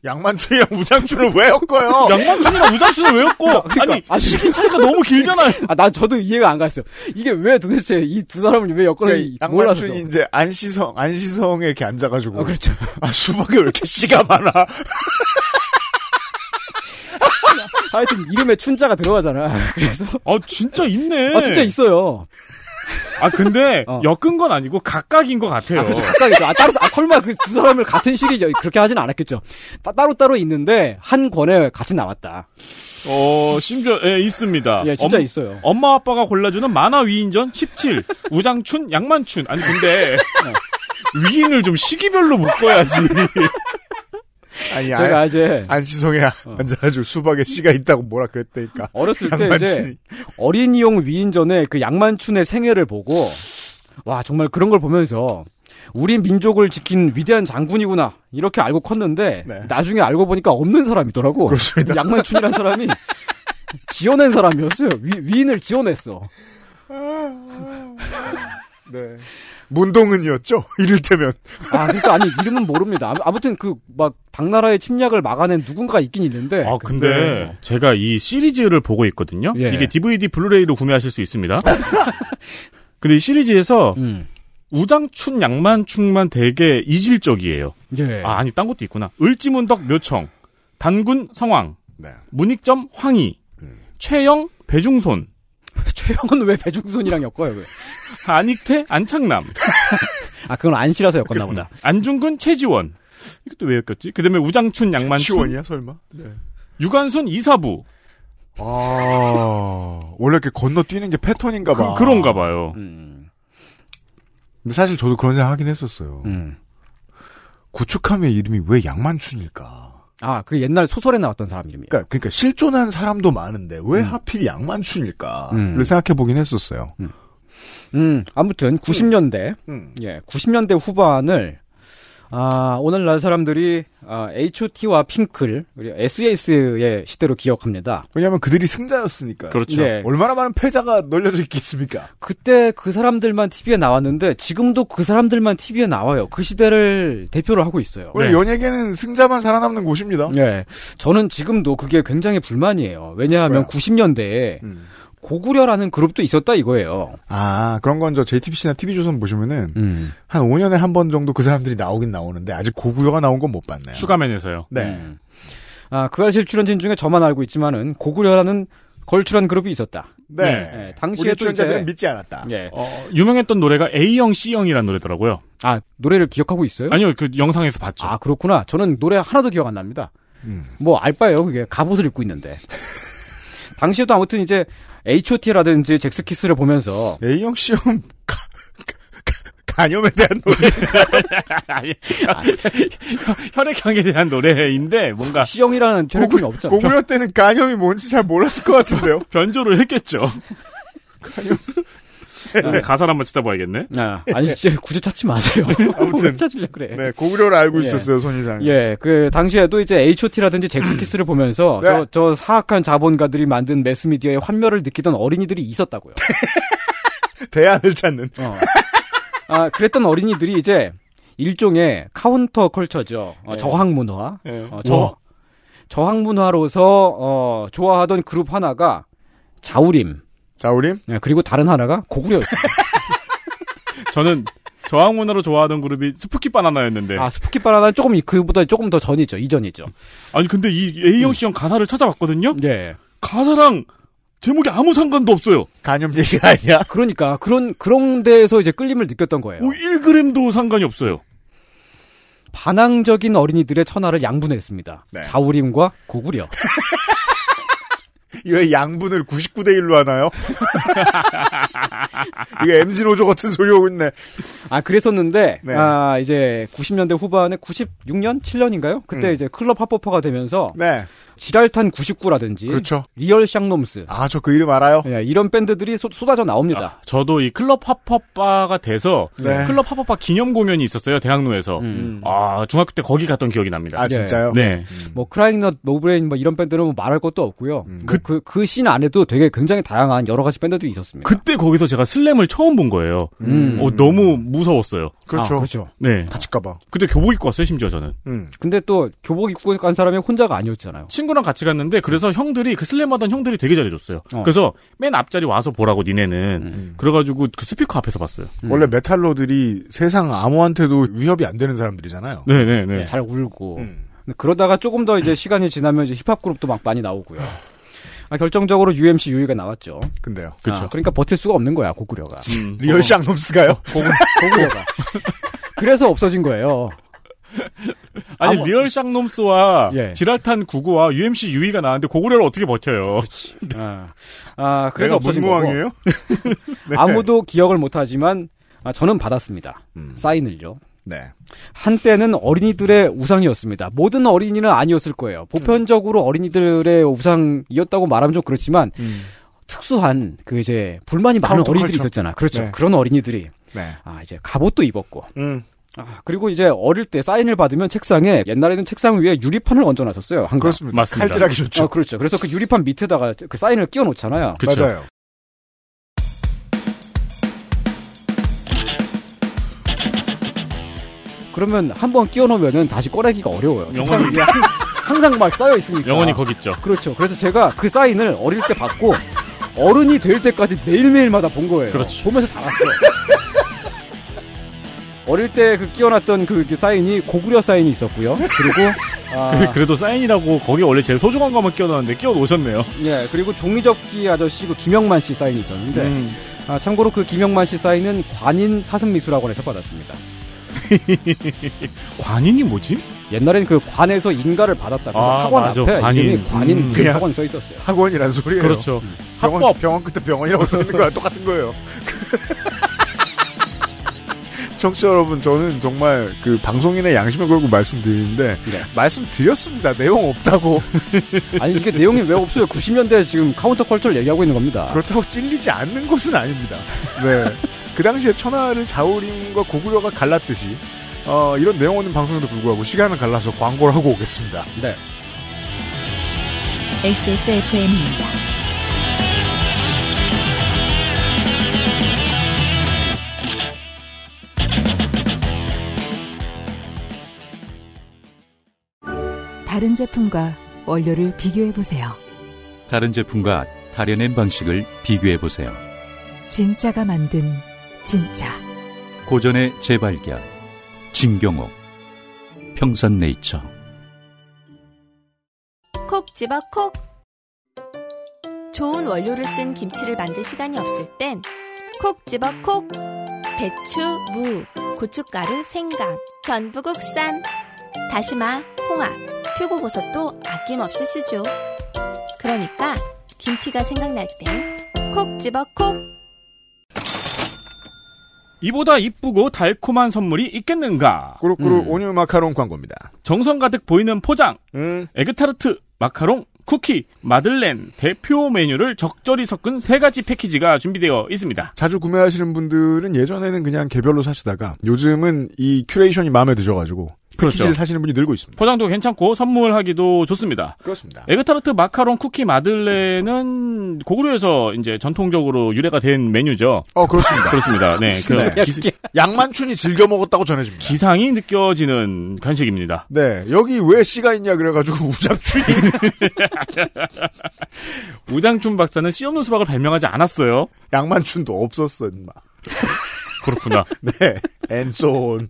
B: 양만춘이랑 우장춘을 왜 엮어요?
C: 양만춘이랑 우장춘을 왜 엮고?
D: 그러니까
C: 아니, 시기 차이가 너무 길잖아요.
D: 아, 나 저도 이해가 안 갔어요. 이게 왜 도대체 이 두 사람을 왜 엮었는지
B: 그러니까
D: 몰라서.
B: 양만춘이 이제 안시성 안시성에 이렇게 앉아가지고
D: 아, 그렇죠.
B: 아 수박이 왜 이렇게 씨가 많아?
D: 하여튼 이름에 춘자가 들어가잖아. 그래서
C: 아 진짜 있네.
D: 아 진짜 있어요.
C: 아 근데 엮은 건 아니고 각각인 것 같아요.
D: 아, 그렇죠. 각각이죠. 아, 따로, 아, 설마 그 두 사람을 같은 시기 그렇게 하진 않았겠죠. 따, 따로 따로 있는데 한 권에 같이 나왔다.
C: 어 심지어 예,
B: 아,
C: 있습니다.
D: 예, 진짜 있어요.
C: 엄마 아빠가 골라주는 만화 위인전 17 우장춘 양만춘 아니 근데 위인을 좀 시기별로 묶어야지.
B: 아니
D: 제가 어.
B: 안-
D: 이제-
B: 안시성에 앉아가지고 수박에 씨가 있다고 뭐라 그랬다니까.
D: 어렸을 때
B: 양만춘이.
D: 이제 어린이용 위인전에 그 양만춘의 생애를 보고 와 정말 그런 걸 보면서 우리 민족을 지킨 위대한 장군이구나 이렇게 알고 컸는데 나중에 알고 보니까 없는 사람이더라고.
B: 그렇습니다.
D: 양만춘이라는 사람이 지어낸 사람이었어요. 위, 인을 지어냈어.
B: 네. 문동은이었죠? 이를테면.
D: 아, 그러니까 아니 이름은 모릅니다. 아무- 아무튼 그 막 당나라의 침략을 막아낸 누군가 있긴
B: 네.
D: 있는데.
C: 아 근데 제가 이 시리즈를 보고 있거든요.
D: 예.
C: 이게 DVD 블루레이로 구매하실 수 있습니다. 근데 이 시리즈에서
D: 음,
C: 우장춘 양만춘만 되게 이질적이에요.
B: 네.
D: 예.
C: 아, 아니, 딴 것도 있구나. 을지문덕 묘청, 단군 성왕,
B: 네.
C: 문익점 황희,
B: 음.
C: 최영 배중손,
D: 최영은 왜 배중손이랑 엮어요? 왜?
C: 안익태 안창남.
D: 아 그건 안씨라서 엮었나 보다.
C: 안중근 최지원. 이것도 왜 엮였지? 그다음에 우장춘 양만춘.
B: 치원이야 설마? 네.
C: 유관순 이사부.
B: 아 원래 이렇게 건너뛰는 게 패턴인가 봐. 음.
C: 그, 그런가 봐요.
B: 근데 사실 저도 그런 생각 하긴
D: 음.
B: 했었어요.
C: 음.
B: 구축함의 이름이 왜 양만춘일까?
D: 아, 그 옛날 소설에 나왔던 사람 이름이에요.
B: 그러니까, 그러니까 실존한 사람도 많은데 왜
C: 음.
B: 하필 양만춘일까를
D: 음.
B: 생각해 보긴 했었어요.
D: 음, 아무튼 90년대,
B: 음.
D: 예, 90년대 후반을 아, 오늘날 사람들이 아, H.O.T.와 핑클, 그리고 S.E.S.의 시대로 기억합니다.
B: 왜냐하면 그들이 승자였으니까.
D: 그렇죠. 예.
B: 얼마나 많은 패자가 널려져 있겠습니까?
D: 그때 그 사람들만 TV에 나왔는데 지금도 그 사람들만 TV에 나와요. 그 시대를 대표를 하고 있어요.
C: 네.
B: 원래 연예계는 승자만 살아남는 곳입니다.
C: 음.
D: 예. 저는 지금도 그게 굉장히 불만이에요. 왜냐하면 90년대에 고구려라는 그룹도 있었다 이거예요.
B: 아 그런 건 저 JTBC나 TV조선 보시면은
D: 음.
B: 한 5년에 한 번 정도 그 사람들이 나오긴 나오는데 아직 고구려가 나온 건 못 봤네요.
C: 추가맨에서요.
B: 네.
D: 아, 그 알실 출연진 중에 저만 알고 있지만은 고구려라는 걸출한 그룹이 있었다.
B: 네.
D: 예, 당시에
B: 우리
D: 또
B: 출연자들은
D: 이제-
B: 믿지 않았다.
D: 예.
C: 유명했던 노래가 A형, C형이라는 노래더라고요.
D: 아, 노래를 기억하고 있어요?
C: 아니요, 그 영상에서 봤죠.
D: 네? 아, 그렇구나. 저는 노래 하나도 기억 안 납니다. 뭐, 알 바예요. 그게 갑옷을 입고 있는데. 당시에도 아무튼 이제 H.O.T.라든지 잭스키스를 보면서.
B: A형, C형, 간염에 대한 노래.
C: 아니, 혈- 혈액형에 대한 노래인데 뭔가
D: C형이라는 혈액형이 없잖아요.
B: 아, 고구려 때는 간염이 뭔지 잘 몰랐을 것 같은데요.
C: 변조를 했겠죠. 네, 가사를 한번 찾아봐야겠네.
D: 아, 아니, 진짜 굳이 찾지 마세요.
B: 아무튼
D: 찾으려 그래.
B: 네, 고구려를 알고
D: 예.
B: 있었어요, 손이상.
D: 예, 그 당시에도 이제 H.O.T.라든지 잭스키스를 보면서
B: 네.
D: 저, 저 사악한 자본가들이 만든 매스미디어의 환멸을 느끼던 어린이들이 있었다고요.
B: 대안을 찾는.
D: 아, 그랬던 어린이들이 이제 일종의 카운터 컬처죠. 어, 저항 문화. 어,
B: 우와.
D: 저, 저항 문화로서 어, 좋아하던 그룹 하나가 자우림. 네,
B: 자우림?
D: 그리고 다른 하나가 고구려였어요.
C: 저는 저항 문화로 좋아하던 그룹이 스푸키 바나나였는데.
D: 아, 스푸키 바나나는 조금 그보다 조금 더 전이죠. 이전이죠.
C: 아니 근데 이 A형 씨형 가사를 찾아봤거든요.
D: 예.
C: 가사랑 제목이 아무 상관도 없어요.
B: 간염 얘기가 아니야.
D: 그러니까 그런 그런 데에서 이제 끌림을 느꼈던 거예요.
C: 1g도 뭐 상관이 없어요.
D: 반항적인 어린이들의 천하를 양분했습니다.
B: 네.
D: 자우림과 고구려.
B: 왜 양분을 99대 1로 하나요? 이게 MG 노조 같은 소리 하고 있네.
D: 아 그랬었는데 아 이제 90년대 후반에 96년 7년인가요?
B: 음.
D: 그때
B: 네.
D: 이제 클럽 핫포퍼가 되면서 지랄탄 99라든지
B: 그렇죠.
D: 리얼 샹놈스 예,
B: 아 저 그 이름 알아요?
D: 이런 밴드들이 쏟, 아져 나옵니다.
C: 저도 이 클럽 팝업바가 돼서
D: 네. 음.
C: 클럽 팝업바 기념 공연이 있었어요 대학로에서. 아 중학교 때 거기 갔던 기억이 납니다.
D: 아, 진짜요?
C: 네.
D: 뭐 크라잉넛, 노브레인 뭐 이런 밴드는 뭐 말할 것도 없고요. 그그씬 안에도 되게 굉장히 다양한 여러 가지 밴드들이 있었습니다.
C: 그때 거기서 제가 슬램을 처음 본 거예요.
D: 음.
C: 어, 너무 무서웠어요.
D: 그렇죠. 아, 그렇죠.
C: 네.
B: 다칠까봐. 음.
C: 그때 교복 입고 왔어요 심지어 저는.
D: 근데 또 교복 입고 간 사람이 혼자가 아니었잖아요.
C: 친구랑 같이 갔는데 그래서 형들이 그 슬램 하던 형들이 되게 잘해줬어요. 그래서 맨 앞자리 와서 보라고 니네는 그래가지고 그 스피커 앞에서 봤어요.
B: 음. 원래 메탈러들이 세상 아무한테도 위협이 안 되는 사람들이잖아요.
C: 네네네.
D: 잘 울고.
B: 음.
D: 근데 그러다가 조금 더 이제 시간이 지나면 이제 힙합 그룹도 막 많이 나오고요. 아, 결정적으로 UMC 유이가 나왔죠.
B: 근데요.
D: 아, 그러니까 버틸 수가 없는 거야 고구려가. 음,
B: 리얼 샹놈스가요?
D: 고구려가. 그래서 없어진 거예요.
C: 아니
D: 아무-
C: 리얼 샹놈스와 지랄탄 99와 UMC 유이가 나왔는데 고구려를 어떻게 버텨요?
D: 아, 아, 그래서
C: 내가
D: 없어진
C: 문무왕이에요?
D: 거고.
C: 네.
D: 아무도 기억을 못하지만 아, 저는 받았습니다. 사인을요.
B: 네.
D: 한때는 어린이들의 우상이었습니다. 모든 어린이는 아니었을 거예요. 보편적으로 어린이들의 우상이었다고 말하면 좀 그렇지만
B: 음.
D: 특수한 그 이제 불만이 많은
L: 카운터
D: 어린이들이
L: 컬처.
D: 있었잖아. 그렇죠.
L: 네.
D: 그런 어린이들이
B: 네.
D: 아 이제 갑옷도 입었고.
B: 음.
D: 아, 그리고 이제 어릴 때 사인을 받으면 책상에 옛날에는 책상 위에 유리판을 얹어놨었어요. 항상.
C: 그렇죠.
B: 그렇습니다. 맞습니다. 칼질하기 좋죠.
D: 아, 그렇죠. 그래서 그 유리판 밑에다가 그 사인을 끼워 놓잖아요.
B: 그쵸. 맞아요.
D: 그러면 한번 끼워 놓으면은 다시 꺼내기가 어려워요.
C: 영원히-
D: 책상 위에 항- 항상 막 쌓여 있으니까.
C: 영원히 거기 있죠.
D: 그렇죠. 그래서 제가 그 사인을 어릴 때 받고 어른이 될 때까지 매일매일마다 본 거예요.
C: 그렇죠.
D: 보면서 자랐어요. 어릴 때 그 끼워놨던 그 이렇게 사인이 고구려 사인이 있었고요. 그리고 아,
C: 그- 그래도 사인이라고 거기 원래 제일 소중한 거만 끼워놨는데 끼워놓으셨네요.
D: 예, 그리고 종이접기 아저씨 그 김영만 씨 사인이 있었는데
C: 음.
D: 아, 참고로 그 김영만 씨 사인은 관인 사슴미술학원에서 받았습니다.
C: 관인이 뭐지?
D: 옛날엔 그 관에서 인가를 받았다. 그래서
C: 아,
D: 학원
C: 맞아.
D: 앞에
C: 관인.
D: 관인, 관인
C: 음.
D: 그
C: 그냥
D: 학원 써 있었어요.
B: 학원이란 소리예요.
C: 그렇죠.
B: 병원, 병원 끝에 병원이라고 써 있는 거야. 똑같은 거예요. 청취자 여러분, 저는 정말 그 방송인의 양심을 걸고 말씀드리는데 말씀드렸습니다. 내용 없다고.
D: 아니 이게 내용이 왜 없어요? 90년대 지금 카운터 컬처를 얘기하고 있는 겁니다.
B: 그렇다고 찔리지 않는 것은 아닙니다. 네. 그 당시에 천하를 자우림과 고구려가 갈랐듯이 어, 이런 내용 없는 방송에도 불구하고 시간을 갈라서 광고를 하고 오겠습니다.
D: 네.
A: XSFM입니다.
H: 다른 제품과 원료를 비교해 보세요.
I: 다른 제품과 다려낸 방식을 비교해 보세요.
H: 진짜가 만든 진짜.
I: 고전의 재발견. 진경옥. 평산네이처.
K: 콕 집어 콕. 좋은 원료를 쓴 김치를 만들 시간이 없을 땐 콕 집어 콕. 배추, 무, 고춧가루, 생강, 전부 국산, 다시마, 홍합, 표고버섯도 아낌없이 쓰죠. 그러니까 김치가 생각날 땐 콕 집어 콕.
C: 이보다 이쁘고 달콤한 선물이 있겠는가?
B: 꾸룩꾸룩 온유 마카롱 광고입니다.
C: 정성 가득 보이는 포장. 에그타르트, 마카롱, 쿠키, 마들렌 대표 메뉴를 적절히 섞은 세 가지 패키지가 준비되어 있습니다.
B: 자주 구매하시는 분들은 예전에는 그냥 개별로 사시다가 요즘은 이 큐레이션이 마음에 드셔가지고
C: 그렇죠.
B: 패키지를 사시는 분이 늘고 있습니다.
C: 포장도 괜찮고 선물하기도 좋습니다.
B: 그렇습니다.
C: 에그타르트, 마카롱, 쿠키, 마들렌은 고구려에서 이제 전통적으로 유래가 된 메뉴죠.
B: 어 그렇습니다.
C: 그렇습니다. 네, 그
B: 네. 양만춘이 즐겨 먹었다고 전해집니다.
C: 기상이 느껴지는 간식입니다.
B: 네, 여기 왜 씨가 있냐 그래가지고 우장춘이
C: 우장춘 박사는 씨 없는 수박을 발명하지 않았어요.
B: 양만춘도 없었어, 인마.
C: 그렇구나.
B: 네, 앤손.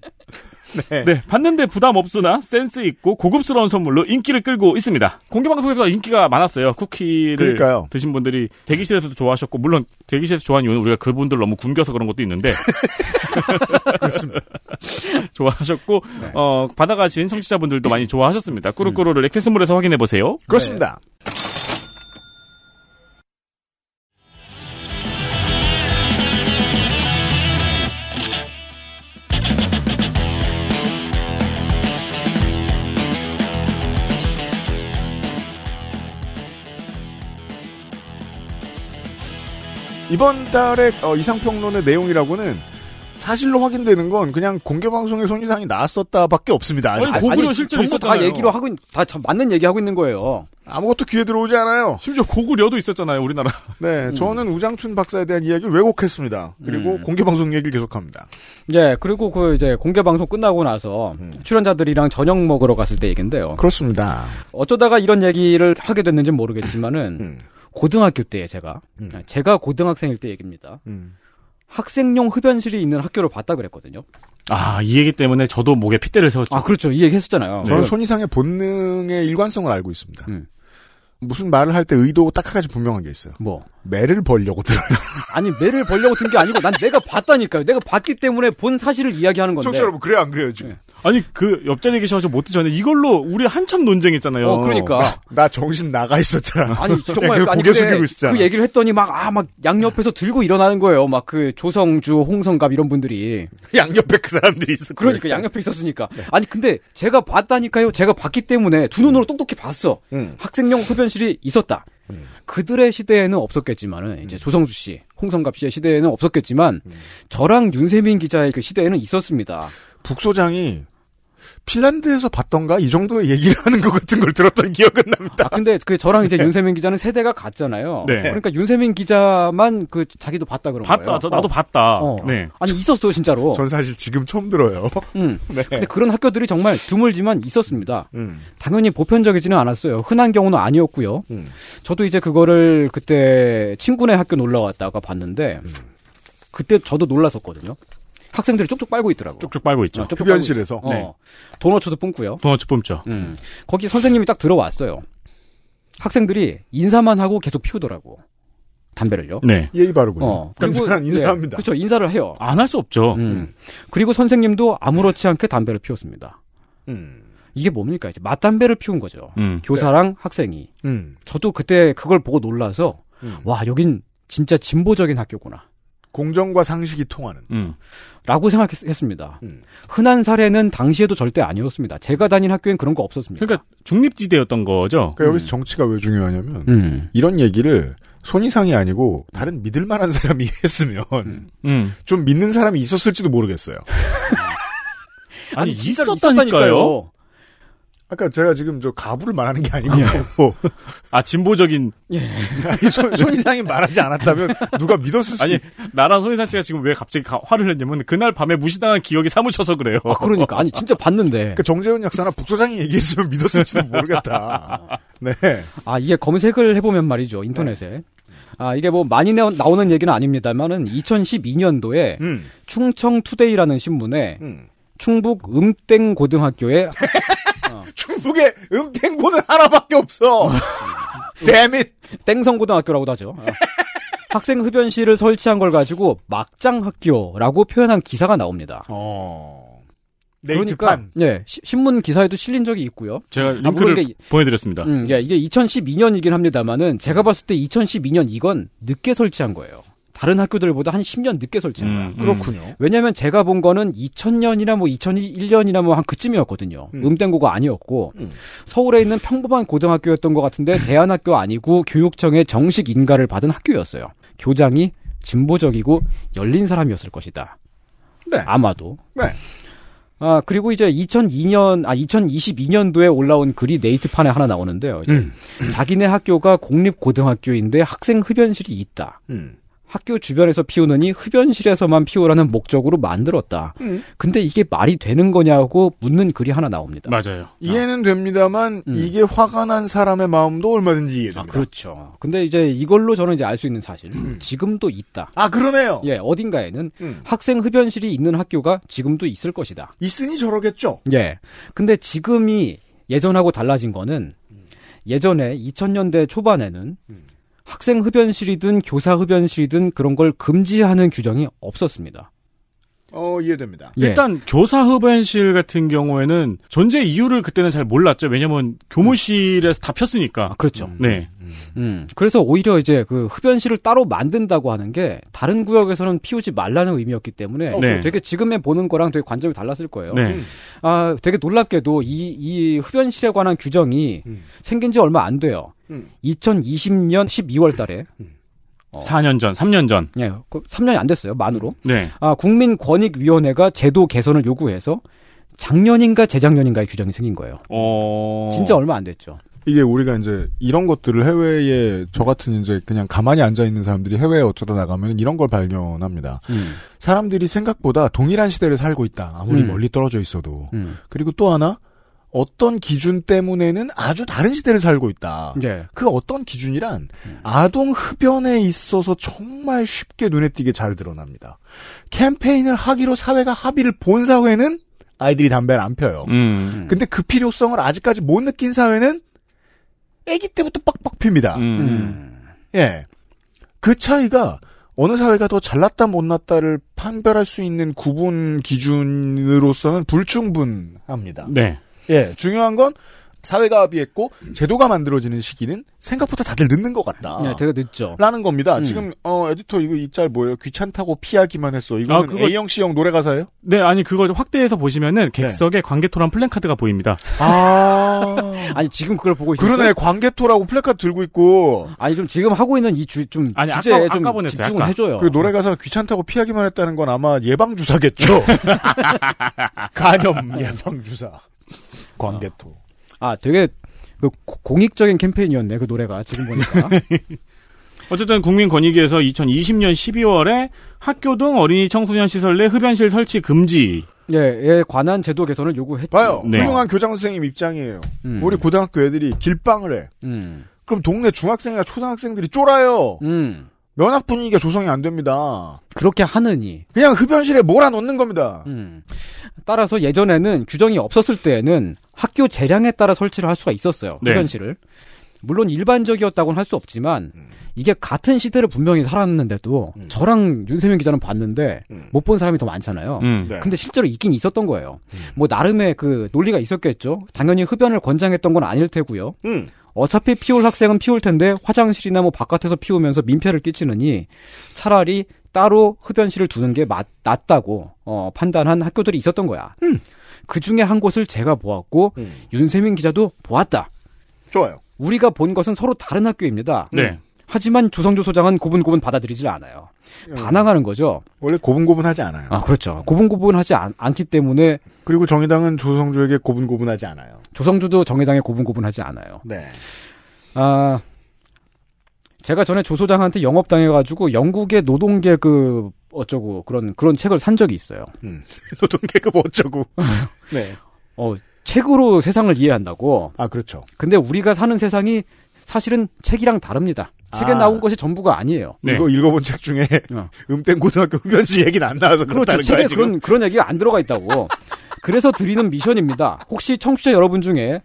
B: 네.
C: 네, 봤는데 부담 없으나 센스 있고 고급스러운 선물로 인기를 끌고 있습니다. 공개 방송에서 인기가 많았어요. 쿠키를
B: 그러니까요.
C: 드신 분들이 대기실에서도 좋아하셨고 물론 대기실에서 좋아하는 이유는 우리가 그분들 너무 굶겨서 그런 것도 있는데 좋아하셨고 어, 받아가신 청취자분들도 많이 좋아하셨습니다. 꾸루꾸루를 액세스몰에서 확인해 보세요.
B: 그렇습니다. 이번 달의 어, 이상평론의 내용이라고는 사실로 확인되는 건 그냥 공개방송에 손이상이 나왔었다밖에 없습니다.
C: 아니, 고구려 실제로
D: 전부
C: 있었잖아요.
D: 다 얘기로 하고 다 참 맞는 얘기 하고 있는 거예요.
B: 아무것도 귀에 들어오지 않아요.
C: 심지어 고구려도 있었잖아요, 우리나라.
B: 네, 저는 우장춘 박사에 대한 이야기를 왜곡했습니다. 그리고 공개방송 얘기를 계속합니다.
D: 예, 그리고 그 이제 공개 방송 끝나고 나서
B: 음.
D: 출연자들이랑 저녁 먹으러 갔을 때 얘긴데요.
B: 그렇습니다. 음.
D: 어쩌다가 이런 얘기를 하게 됐는지 는 모르겠지만은 고등학교 때 제가 네, 제가 고등학생일 때 얘기입니다.
B: 음.
D: 학생용 흡연실이 있는 학교를 봤다 그랬거든요.
C: 아, 이 얘기 때문에 저도 목에 핏대를 세웠죠.
D: 아, 그렇죠. 이 얘기 했었잖아요.
B: 저는 손이상의 본능의 일관성을 알고 있습니다. 무슨 말을 할 때 의도 딱 한 가지 분명한 게 있어요.
D: 뭐?
B: 매를 벌려고 들어요.
D: 아니 매를 벌려고 든 게 아니고 난 내가 봤다니까요. 내가 봤기 때문에 본 사실을 이야기하는 건데.
B: 뭐, 청취자 여러분, 그래요 안 그래요 지금?
C: 아니 그 옆자리에 계셔가지고 못 드셨는데 이걸로 우리 한참 논쟁했잖아요.
D: 어, 그러니까.
B: 나 정신 나가 있었잖아.
D: 아니 정말
B: 그
D: 아니
B: 네. 고개
D: 근데
B: 숙이고 있었잖아.
D: 그 얘기를 했더니 막 아 막 양옆에서 들고 일어나는 거예요. 막 그 조성주, 홍성갑 이런 분들이
B: 양옆에 그 사람들이 있었.
D: 그러니까 양옆에 있었으니까.
B: 네.
D: 아니 근데 제가 봤다니까요. 제가 봤기 때문에 두
B: 음.
D: 눈으로 똑똑히 봤어. 학생용 흡연실이 있었다. 그들의 시대에는 없었겠지만은
B: 음.
D: 이제 조성주 씨, 홍성갑 씨의 시대에는 없었겠지만 저랑 윤세민 기자의 그 시대에는 있었습니다.
B: 북소장이 핀란드에서 봤던가 이 정도의 얘기를 하는 것 같은 걸 들었던 기억은 납니다.
D: 아, 근데 그 저랑 이제
B: 네.
D: 윤세민 기자는 세대가 같잖아요.
C: 네.
D: 그러니까 윤세민 기자만 그 자기도 봤다 그런
C: 봤다.
D: 거예요.
C: 저 나도
D: 어.
C: 봤다.
D: 어.
C: 네.
D: 아니 있었어요 진짜로.
B: 전 사실 지금 처음 들어요.
D: 음.
B: 네.
D: 근데 그런 학교들이 정말 드물지만 있었습니다.
C: 음.
D: 당연히 보편적이지는 않았어요. 흔한 경우는 아니었고요.
C: 음.
D: 저도 이제 그거를 그때 친구네 학교 놀러 왔다가 봤는데
C: 음.
D: 그때 저도 놀랐었거든요. 학생들이 쭉쭉 빨고 있더라고.
C: 쭉쭉 빨고 있죠.
D: 쭉쭉
B: 흡연실에서?
D: 빨고 있-
C: 네.
D: 어. 도너츠도 뿜고요.
C: 도너츠 뿜죠.
D: 음. 거기 선생님이 딱 들어왔어요. 학생들이 인사만 하고 계속 피우더라고. 담배를요.
C: 네.
B: 예의 바르군요.
D: 어.
B: 그러니까 인사는 인사합니다. 어.
D: 그렇죠. 인사를 해요.
C: 안 할 수 없죠.
D: 음. 그리고 선생님도 아무렇지 않게 담배를 피웠습니다.
B: 음.
D: 이게 뭡니까? 이제 맞담배를 피운 거죠.
C: 음.
D: 교사랑
B: 네.
D: 학생이.
B: 음.
D: 저도 그때 그걸 보고 놀라서 와 여긴 진짜 진보적인 학교구나.
B: 공정과 상식이 통하는.
C: 음.
D: 라고 생각했습니다.
B: 음.
D: 흔한 사례는 당시에도 절대 아니었습니다. 제가 다닌 학교엔 그런 거 없었습니다.
C: 그러니까 중립지대였던 거죠.
B: 그러니까 여기서 정치가 왜 중요하냐면
D: 음.
B: 이런 얘기를 손이상이 아니고 다른 믿을 만한 사람이 했으면
C: 음.
B: 좀 믿는 사람이 있었을지도 모르겠어요.
C: 아니,
D: 진짜로
C: 있었다니까요.
D: 있었다니까요.
B: 아까 제가 지금 저 가부를 말하는 게 아니고
C: 아 진보적인
B: 아니, 손, 손이상이 말하지 않았다면 누가 믿었을 수도
C: 아니
B: 있
C: 나라 손희상 씨가 지금 왜 갑자기 가- 화를 냈냐면 그날 밤에 무시당한 기억이 사무쳐서 그래요.
D: 아 그러니까 아니 진짜 봤는데
B: 그러니까 정재훈 약사나 북소장이 얘기했으면 믿었을지도 모르겠다. 네.
D: 아 이게 검색을 해보면 말이죠 인터넷에 아 이게 뭐 많이 나- 나오는 얘기는 아닙니다만은 2012년도에
B: 음.
D: 충청 투데이라는 신문에
B: 음.
D: 충북 음땡 고등학교에
B: 중국의 음탱고는 하나밖에 없어. 데밋.
D: 땡성고등학교라고도 하죠. 아. 학생 흡연실을 설치한 걸 가지고 막장 학교라고 표현한 기사가 나옵니다.
B: 어.
D: 그러니까
B: 네이트판.
D: 예 시- 신문 기사에도 실린 적이 있고요.
C: 제가 링크를
D: 물론 아, 이게-
B: 어.
C: 보내드렸습니다.
D: 음, 예, 이게 2012년이긴 합니다만은
B: 음.
D: 제가 봤을 때 2012년 이건 늦게 설치한 거예요. 다른 학교들보다 한 10년 늦게 설치한 거야.
C: 음,
B: 그렇군요.
D: 왜냐면 제가 본 거는 2000년이나 뭐 2001년이나 뭐 한 그쯤이었거든요.
B: 음.
D: 음. 땡고가 아니었고
B: 음.
D: 서울에 있는 평범한 고등학교였던 것 같은데 대안학교 아니고 교육청의 정식 인가를 받은 학교였어요. 교장이 진보적이고 열린 사람이었을 것이다.
B: 네.
D: 아마도.
B: 네.
D: 아 그리고 이제 2002년 아 2022년도에 올라온 글이 네이트판에 하나 나오는데요. 이제
B: 음.
D: 자기네 학교가 공립 고등학교인데 학생 흡연실이 있다.
B: 음.
D: 학교 주변에서 피우느니 흡연실에서만 피우라는 목적으로 만들었다.
B: 음.
D: 근데 이게 말이 되는 거냐고 묻는 글이 하나 나옵니다.
C: 맞아요.
B: 이해는 됩니다만
D: 음.
B: 이게 화가 난 사람의 마음도 얼마든지
D: 아,
B: 이해됩니다.
D: 그렇죠. 근데 이제 이걸로 저는 이제 알 수 있는 사실. 지금도 있다.
B: 아, 그러네요.
D: 예, 어딘가에는
B: 음.
D: 학생 흡연실이 있는 학교가 지금도 있을 것이다.
B: 있으니 저러겠죠.
D: 예. 근데 지금이 예전하고 달라진 거는 예전에 2000년대 초반에는 학생 흡연실이든 교사 흡연실이든 그런 걸 금지하는 규정이 없었습니다.
B: 어, 이해됩니다.
D: 예.
C: 일단 교사 흡연실 같은 경우에는 존재 이유를 그때는 잘 몰랐죠. 왜냐면 교무실에서 다 폈으니까.
D: 아, 그렇죠.
C: 네.
D: 음, 그래서 오히려 이제 그 흡연실을 따로 만든다고 하는 게 다른 구역에서는 피우지 말라는 의미였기 때문에
C: 네.
D: 되게 지금에 보는 거랑 되게 관점이 달랐을 거예요.
C: 네.
D: 아, 되게 놀랍게도 이, 이 흡연실에 관한 규정이 생긴 지 얼마 안 돼요.
B: 음.
D: 2020년 12월 달에
C: 4년 전, 3년 전.
D: 예, 3년이 안 됐어요. 만으로.
C: 네.
D: 아, 국민권익위원회가 제도 개선을 요구해서 작년인가 재작년인가의 규정이 생긴 거예요.
C: 어.
D: 진짜 얼마 안 됐죠.
B: 이게 우리가 이제 이런 것들을 해외에 저 같은 이제 그냥 가만히 앉아 있는 사람들이 해외에 어쩌다 나가면 이런 걸 발견합니다.
D: 음.
B: 사람들이 생각보다 동일한 시대를 살고 있다. 아무리
D: 음.
B: 멀리 떨어져 있어도.
D: 음.
B: 그리고 또 하나 어떤 기준 때문에는 아주 다른 시대를 살고 있다.
D: 예.
B: 그 어떤 기준이란 아동 흡연에 있어서 정말 쉽게 눈에 띄게 잘 드러납니다. 캠페인을 하기로 사회가 합의를 본 사회는 아이들이 담배를 안 펴요.
C: 음.
B: 근데 그 필요성을 아직까지 못 느낀 사회는 아기 때부터 빡빡
C: 음.
B: 핍니다. 예. 그 차이가 어느 사회가 더 잘났다 못났다를 판별할 수 있는 구분 기준으로서는 불충분합니다.
C: 네.
B: 예, 중요한 건 사회가 합의했고 제도가 만들어지는 시기는 생각보다 다들 늦는 것 같다.
D: 예, 되게 늦죠.
B: 라는 겁니다.
D: 음.
B: 지금 어 에디터 이거 이 짤 뭐예요? 귀찮다고 피하기만 했어. 이거는
C: 아, 그거-
B: A형 C형 노래 가사예요?
C: 네, 아니 그거 좀 확대해서 보시면은 객석에 관객토란 플랜카드가 보입니다.
B: 아
D: 아니 지금 그걸 보고 있어요.
B: 그러네 광개토라고 플래카드 들고 있고
D: 아니 좀 지금 하고 있는 이 주 좀
C: 아니,
D: 주제에
C: 아까-
D: 좀
C: 아까 보냈어요,
D: 집중을
C: 아까.
D: 해줘요.
B: 그 노래 가사가 귀찮다고 피하기만 했다는 건 아마 예방 주사겠죠. 간염 예방 주사. 광개토.
D: 아 되게 그 고- 공익적인 캠페인이었네 그 노래가 지금 보니까.
C: 어쨌든 국민권익위에서 2020년 12월에 학교 등 어린이 청소년 시설 내 흡연실 설치 금지.
D: 예, 예 관한 제도 개선을 요구했죠.
B: 봐요.
C: 네.
B: 훌륭한 교장 선생님 입장이에요.
D: 음.
B: 우리 고등학교 애들이 길빵을 해.
D: 음.
B: 그럼 동네 중학생이나 초등학생들이 쫄아요.
D: 음.
B: 면학 분위기가 조성이 안 됩니다.
D: 그렇게 하느니
B: 그냥 흡연실에 몰아놓는 겁니다.
D: 음. 따라서 예전에는 규정이 없었을 때에는 학교 재량에 따라 설치를 할 수가 있었어요.
C: 네.
D: 흡연실을. 물론 일반적이었다고는 할 수 없지만
B: 음.
D: 이게 같은 시대를 분명히 살았는데도 저랑 윤세민 기자는 봤는데
B: 음.
D: 못 본 사람이 더 많잖아요.
C: 음.
B: 네. 음.
D: 근데 실제로 있긴 있었던 거예요. 뭐 나름의 그 논리가 있었겠죠. 당연히 흡연을 권장했던 건 아닐 테고요.
B: 음.
D: 어차피 피울 학생은 피울 텐데 화장실이나 뭐 바깥에서 피우면서 민폐를 끼치느니 차라리 따로 흡연실을 두는 게 맞, 낫다고 어, 판단한 학교들이 있었던 거야.
B: 음.
D: 그 중에 한 곳을 제가 보았고 윤세민 기자도 보았다.
B: 좋아요.
D: 우리가 본 것은 서로 다른 학교입니다.
C: 네.
D: 하지만 조성조 소장은 고분고분 받아들이질 않아요.
B: 음.
D: 반항하는 거죠.
B: 원래 고분고분하지 않아요.
D: 아 그렇죠. 고분고분하지 않, 않기 때문에
B: 그리고 정의당은 조성주에게 고분고분하지 않아요.
D: 조성주도 정의당에 고분고분하지 않아요.
B: 네.
D: 아, 제가 전에 조 소장한테 영업당해가지고 영국의 노동계급 그 어쩌고 그런 그런 책을 산 적이 있어요.
B: 노동계급 어쩌고. 네.
D: 어, 책으로 세상을 이해한다고.
B: 아 그렇죠.
D: 근데 우리가 사는 세상이 사실은 책이랑 다릅니다. 책에
B: 아.
D: 나온 것이 전부가 아니에요.
C: 네.
B: 이거 읽어본 책 중에
D: 어.
B: 음땡 고등학교 흡연실 얘기는 안 나와서
D: 그렇죠.
B: 그렇다는
D: 책에
B: 거야 지금.
D: 그런 그런 얘기가 안 들어가 있다고. 그래서 드리는 미션입니다. 혹시 청취자 여러분 중에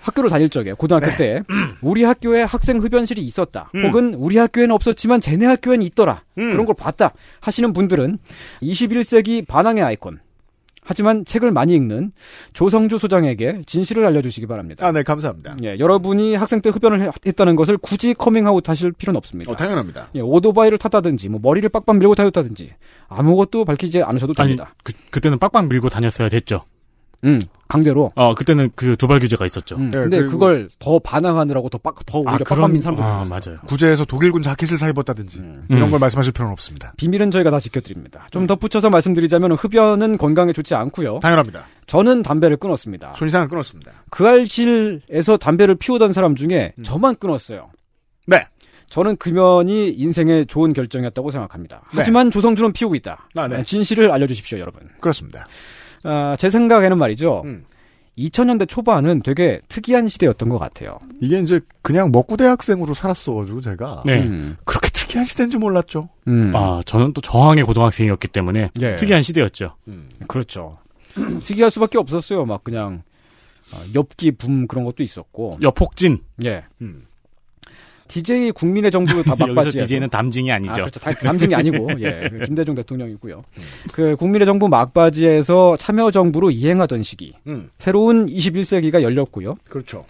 D: 학교를 다닐 적에 고등학교 때
B: 네.
D: 우리 학교에 학생 흡연실이 있었다.
B: 음.
D: 혹은 우리 학교에는 없었지만 쟤네 학교에는 있더라. 그런 걸 봤다 하시는 분들은 21세기 반항의 아이콘. 하지만 책을 많이 읽는 조성주 소장에게 진실을 알려주시기 바랍니다.
B: 아, 네, 감사합니다.
D: 예, 여러분이 학생 때 흡연을 해- 했다는 것을 굳이 커밍아웃 하실 필요는 없습니다.
B: 어, 당연합니다.
D: 예, 오토바이를 탔다든지 뭐 머리를 빡빡 밀고 다녔다든지 아무것도 밝히지 않으셔도
C: 아니
D: 됩니다.
C: 그, 그때는 빡빡 밀고 다녔어야 됐죠.
D: 음, 강제로.
C: 어 그때는 그 도발 규제가 있었죠.
D: 음,
B: 예,
D: 근데
B: 그리고-
D: 그걸더 반항하느라고 더 빡, 더 오히려 빡빡 민 사람도
C: 아
D: 있어요.
C: 맞아요. 음.
B: 구제에서 독일군 자켓을 사 입었다든지
D: 음.
B: 이런 걸 말씀하실 필요는 없습니다.
D: 비밀은 저희가 다 지켜드립니다. 좀 덧붙여서 말씀드리자면 흡연은 건강에 좋지 않고요.
B: 당연합니다.
D: 저는 담배를 끊었습니다.
B: 손이상은 끊었습니다.
D: 그 알실에서 담배를 피우던 사람 중에
B: 음.
D: 저만 끊었어요.
B: 네.
D: 저는 금연이 인생의 좋은 결정이었다고 생각합니다.
B: 네.
D: 하지만 조성주는 피우고 있다.
B: 아, 네.
D: 진실을 알려주십시오, 여러분.
B: 그렇습니다.
D: 아, 제 생각에는 말이죠.
B: 음.
D: 2000년대 초반은 되게 특이한 시대였던 것 같아요.
B: 이게 이제 그냥 먹고 대학생으로 살았어가지고 제가
C: 네.
D: 음.
B: 그렇게 특이한 시대인지 몰랐죠.
D: 음.
C: 아 저는 또 저항의 고등학생이었기 때문에
D: 예.
C: 특이한 시대였죠.
D: 그렇죠. 특이할 수밖에 없었어요. 막 그냥 어, 엽기 붐 그런 것도 있었고.
C: 여폭진
D: 예.
B: 음.
D: DJ 국민의 정부 다
C: 여기서
D: 막바지.
C: DJ는 담징이
D: 아,
C: 아니죠.
D: 그렇죠. 다- 남진이 아니고, 예. 그 김대중 대통령이고요. 그, 국민의 정부 막바지에서 참여정부로 이행하던 시기.
B: 음.
D: 새로운 21세기가 열렸고요.
B: 그렇죠.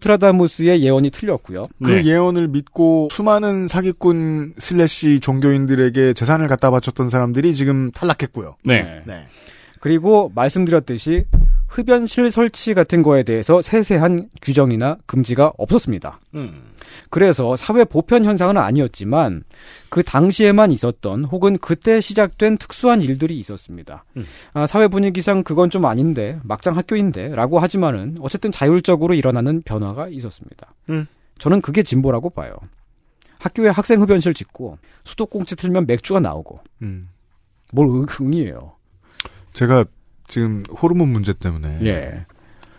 D: 노스트라다무스의 예언이 틀렸고요.
B: 그
C: 네.
B: 예언을 믿고 수많은 사기꾼 슬래시 종교인들에게 재산을 갖다 바쳤던 사람들이 지금 탈락했고요.
C: 네.
D: 네.
B: 네.
D: 그리고 말씀드렸듯이 흡연실 설치 같은 거에 대해서 세세한 규정이나 금지가 없었습니다.
B: 음.
D: 그래서 사회 보편 현상은 아니었지만 그 당시에만 있었던 혹은 그때 시작된 특수한 일들이 있었습니다.
B: 음.
D: 아, 사회 분위기상 그건 좀 아닌데 막상 학교인데라고 하지만은 어쨌든 자율적으로 일어나는 변화가 있었습니다.
B: 음.
D: 저는 그게 진보라고 봐요. 학교에 학생 흡연실 짓고 수도꼭지 틀면 맥주가 나오고
B: 음.
D: 뭘 응이에요.
B: 제가 지금 호르몬 문제 때문에
D: 예.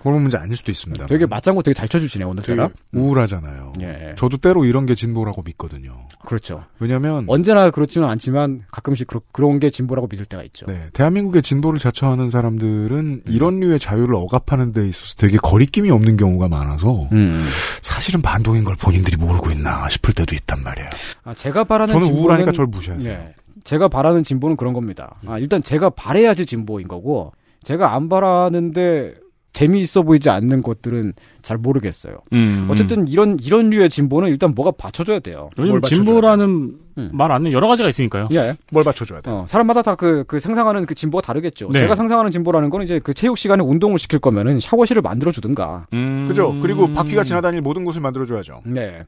B: 호르몬 문제 아닐 수도 있습니다.
D: 되게 맞장구 되게 잘 쳐주시네 오늘따라.
B: 음. 우울하잖아요.
D: 예.
B: 저도 때로 이런 게 진보라고 믿거든요.
D: 그렇죠.
B: 왜냐하면
D: 언제나 그렇지는 않지만 가끔씩 그런게 진보라고 믿을 때가 있죠.
B: 네, 대한민국의 진보를 자처하는 사람들은 이런 류의 자유를 억압하는 데 있어서 되게 거리낌이 없는 경우가 많아서
D: 음.
B: 사실은 반동인 걸 본인들이 모르고 있나 싶을 때도 있단 말이에요.
D: 아, 제가 바라는
B: 저는 예.
D: 진보는
B: 우울하니까 저를 무시하세요.
D: 네. 제가 바라는 진보는 그런 겁니다. 아, 일단 제가 바래야지 진보인 거고 제가 안 바라는데 재미있어 보이지 않는 것들은 잘 모르겠어요.
C: 음, 음.
D: 어쨌든 이런 이런 류의 진보는 일단 뭐가 받쳐줘야 돼요.
C: 요즘
D: 뭘 받쳐줘야
C: 진보라는
D: 음.
C: 말 안에 여러 가지가 있으니까요.
D: 예.
B: 뭘 받쳐줘야
D: 어, 사람마다 다 그 상상하는 그 진보가 다르겠죠.
C: 네.
D: 제가 상상하는 진보라는 건 이제 그 체육 시간에 운동을 시킬 거면은 샤워실을 만들어 주든가.
C: 음.
B: 그죠? 그리고 바퀴가 지나다닐 모든 곳을 만들어줘야죠.
D: 네.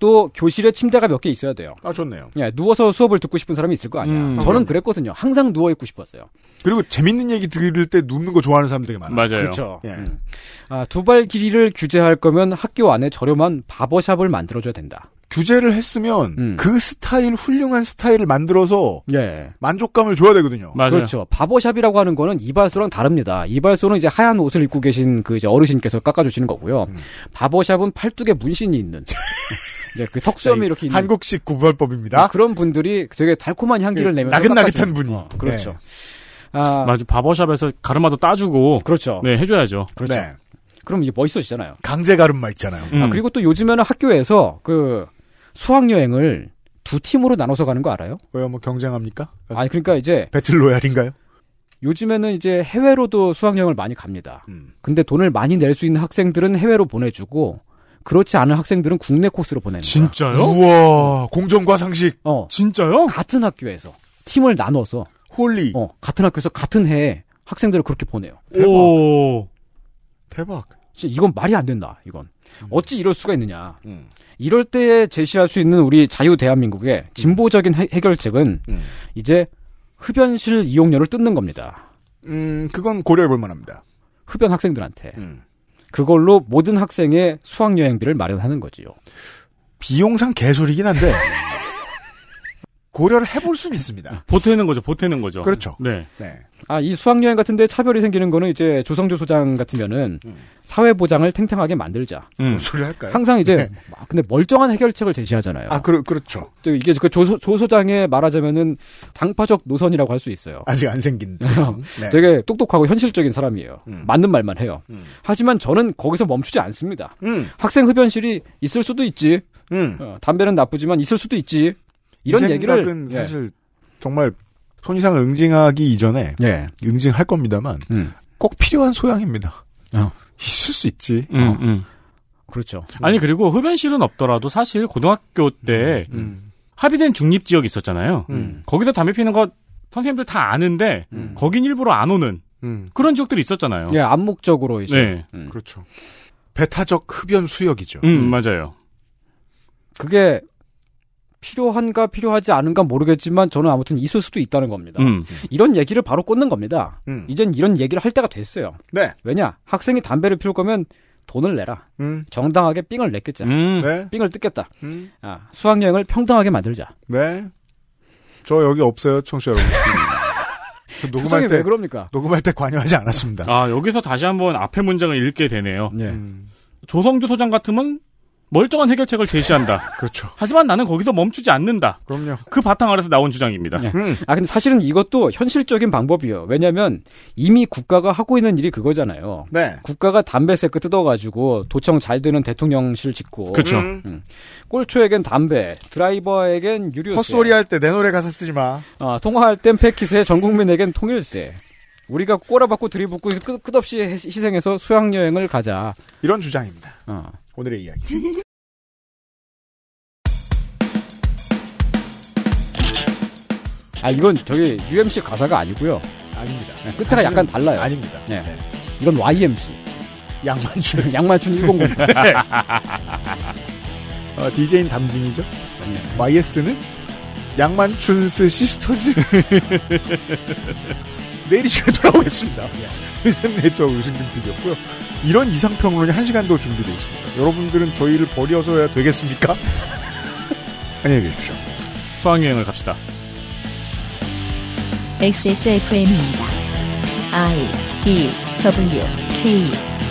D: 또 교실에 침대가 몇 개 있어야 돼요.
B: 아, 좋네요.
D: 예, 누워서 수업을 듣고 싶은 사람이 있을 거 아니야.
C: 음.
D: 저는 그랬거든요. 항상 누워 있고 싶었어요.
B: 그리고 재밌는 얘기 들을 때 눕는 거 좋아하는 사람들이 많아요.
C: 맞아요.
D: 그렇죠.
B: 예.
D: 아, 두발 길이를 규제할 거면 학교 안에 저렴한 바버샵을 만들어줘야 된다.
B: 규제를 했으면
D: 음.
B: 그 스타일, 훌륭한 스타일을 만들어서
D: 예.
B: 만족감을 줘야 되거든요.
C: 맞아요.
D: 그렇죠. 바버샵이라고 하는 거는 이발소랑 다릅니다. 이발소는 이제 하얀 옷을 입고 계신 그 이제 어르신께서 깎아주시는 거고요. 바버샵은 팔뚝에 문신이 있는. 이제 그 턱수염이 이렇게 있는. 아, 네,
B: 한국식 구별법입니다.
D: 그런 분들이 되게 달콤한 향기를
B: 그
D: 내면서.
B: 나긋나긋한
D: 깎아주는-
B: 분이.
D: 어, 그렇죠.
B: 네.
D: 아,
C: 맞아. 바버샵에서 가르마도 따주고
D: 그렇죠.
C: 네 해줘야죠.
D: 그렇죠.
B: 네.
D: 그럼 이제 멋있어지잖아요.
B: 강제 가름마 있잖아요.
C: 음.
D: 아, 그리고 또 요즘에는 학교에서 그 수학여행을 두 팀으로 나눠서 가는 거 알아요?
B: 왜요? 뭐 경쟁합니까?
D: 아니, 그러니까 이제
B: 배틀로얄인가요?
D: 요즘에는 이제 해외로도 수학여행을 많이 갑니다.
B: 음.
D: 근데 돈을 많이 낼 수 있는 학생들은 해외로 보내주고, 그렇지 않은 학생들은 국내 코스로 보내는
B: 음.
D: 거야.
C: 진짜요?
B: 우와, 공정과 상식.
D: 어,
C: 진짜요?
D: 같은 학교에서 팀을 나눠서,
B: 홀리.
D: 어, 같은 학교에서 같은 해에 학생들을 그렇게 보내요.
C: 오.
B: 대박.
D: 진짜 이건 말이 안 된다, 이건.
C: 음.
D: 어찌 이럴 수가 있느냐.
B: 음.
D: 이럴 때에 제시할 수 있는 우리 자유 대한민국의 진보적인 해- 해결책은
B: 음.
D: 이제 흡연실 이용료를 뜯는 겁니다.
B: 음, 그건 고려해볼 만합니다.
D: 흡연 학생들한테.
B: 음.
D: 그걸로 모든 학생의 수학여행비를 마련하는 거지요.
B: 비용상 개소리긴 한데, 고려를 해볼 수는 있습니다.
C: 보태는 거죠. 보태는
D: 음.
C: 거죠.
B: 그렇죠.
C: 네.
B: 네.
D: 아, 이 수학여행 같은데 차별이 생기는 거는 이제 조성조 소장 같으면은 사회보장을 탱탱하게 만들자.
C: 음.
B: 소리 할까요?
D: 항상 이제,
B: 음. 네.
D: 막 근데 멀쩡한 해결책을 제시하잖아요.
B: 아, 그, 그렇죠.
D: 또 이게 그조 조 소장의 말하자면은 당파적 노선이라고 할 수 있어요.
B: 아직 안 생긴. 그런. 네.
D: 음. 되게 똑똑하고 현실적인 사람이에요.
B: 음.
D: 맞는 말만 해요.
B: 음.
D: 하지만 저는 거기서 멈추지 않습니다.
B: 음,
D: 학생 흡연실이 있을 수도 있지.
B: 음.
D: 어, 담배는 나쁘지만 있을 수도 있지. 이런
B: 이
D: 얘기를
B: 생각은 사실 정말 손이상을 응징하기 이전에
D: 예. 예.
B: 응징할 겁니다만
D: 음.
B: 꼭 필요한 소양입니다.
D: 어.
B: 있을 수 있지.
C: 음, 음.
D: 그렇죠.
C: 아니 그리고 흡연실은 없더라도 사실 고등학교 때
B: 음.
C: 합의된 중립 지역 이 있었잖아요.
B: 음.
C: 거기서 담배 피는 거 선생님들 다 아는데
D: 음.
C: 거긴 일부러 안 오는
B: 음.
C: 그런 지역들이 있었잖아요.
D: 예, 암묵적으로 이제
C: 네.
D: 음.
B: 그렇죠. 배타적 흡연 수역이죠.
C: 음, 맞아요.
D: 그게 필요한가 필요하지 않은가 모르겠지만 저는 아무튼 있을 수도 있다는 겁니다.
C: 음.
D: 이런 얘기를 바로 꽂는 겁니다.
B: 음.
D: 이젠 이런 얘기를 할 때가 됐어요.
B: 네.
D: 왜냐? 학생이 담배를 피울 거면 돈을 내라.
B: 음.
D: 정당하게 삥을 냈겠자.
C: 음.
B: 네.
D: 삥을 뜯겠다.
B: 음.
D: 아, 수학여행을 평등하게 만들자.
B: 네. 저 여기 없어요, 청취자 여러분. 저 녹음할
D: 표정이
B: 때
D: 왜 그럽니까?
B: 녹음할 때 관여하지 않았습니다.
C: 아 여기서 다시 한번 앞에 문장을 읽게 되네요.
D: 예.
B: 음.
C: 조성주 소장 같으면 멀쩡한 해결책을 제시한다.
B: 그렇죠.
C: 하지만 나는 거기서 멈추지 않는다.
B: 그럼요.
C: 그 바탕 아래서 나온 주장입니다.
D: 예.
B: 음.
D: 아 근데 사실은 이것도 현실적인 방법이에요. 왜냐하면 이미 국가가 하고 있는 일이 그거잖아요.
B: 네.
D: 국가가 담배 세크 뜯어가지고 도청 잘 되는 대통령실 짓고
C: 그쵸.
B: 음.
D: 꼴초에겐 담배, 드라이버에겐 유류세,
B: 헛소리 할 때 내 노래 가사 쓰지 마.
D: 아, 통화할 땐 패킷에 전 국민에겐 통일세. 우리가 꼬라박고 들이붓고 끝, 끝없이 해- 희생해서 수학여행을 가자.
B: 이런 주장입니다.
D: 어.
B: 오늘의 이야기.
D: 아 이건 저기 UMC 가사가 아니고요.
B: 아닙니다.
D: 네, 끝에가 약간 달라요.
B: 아닙니다.
D: 네. 이건 YMC.
B: 양만춘.
D: 양만춘 109.
B: 어, DJ인 담진이죠? YS는? 네. 양만춘스 시스터즈? 내일 이 시간에 돌아오겠습니다. 유쌤 네이트하고 유승균 PD였고요. 이런 이상평론이 한 시간 더 준비되어 있습니다. 여러분들은 저희를 버려서야 되겠습니까? 안녕히 계십시오.
C: 수학여행을 갑시다.
A: XSFM입니다. I D W K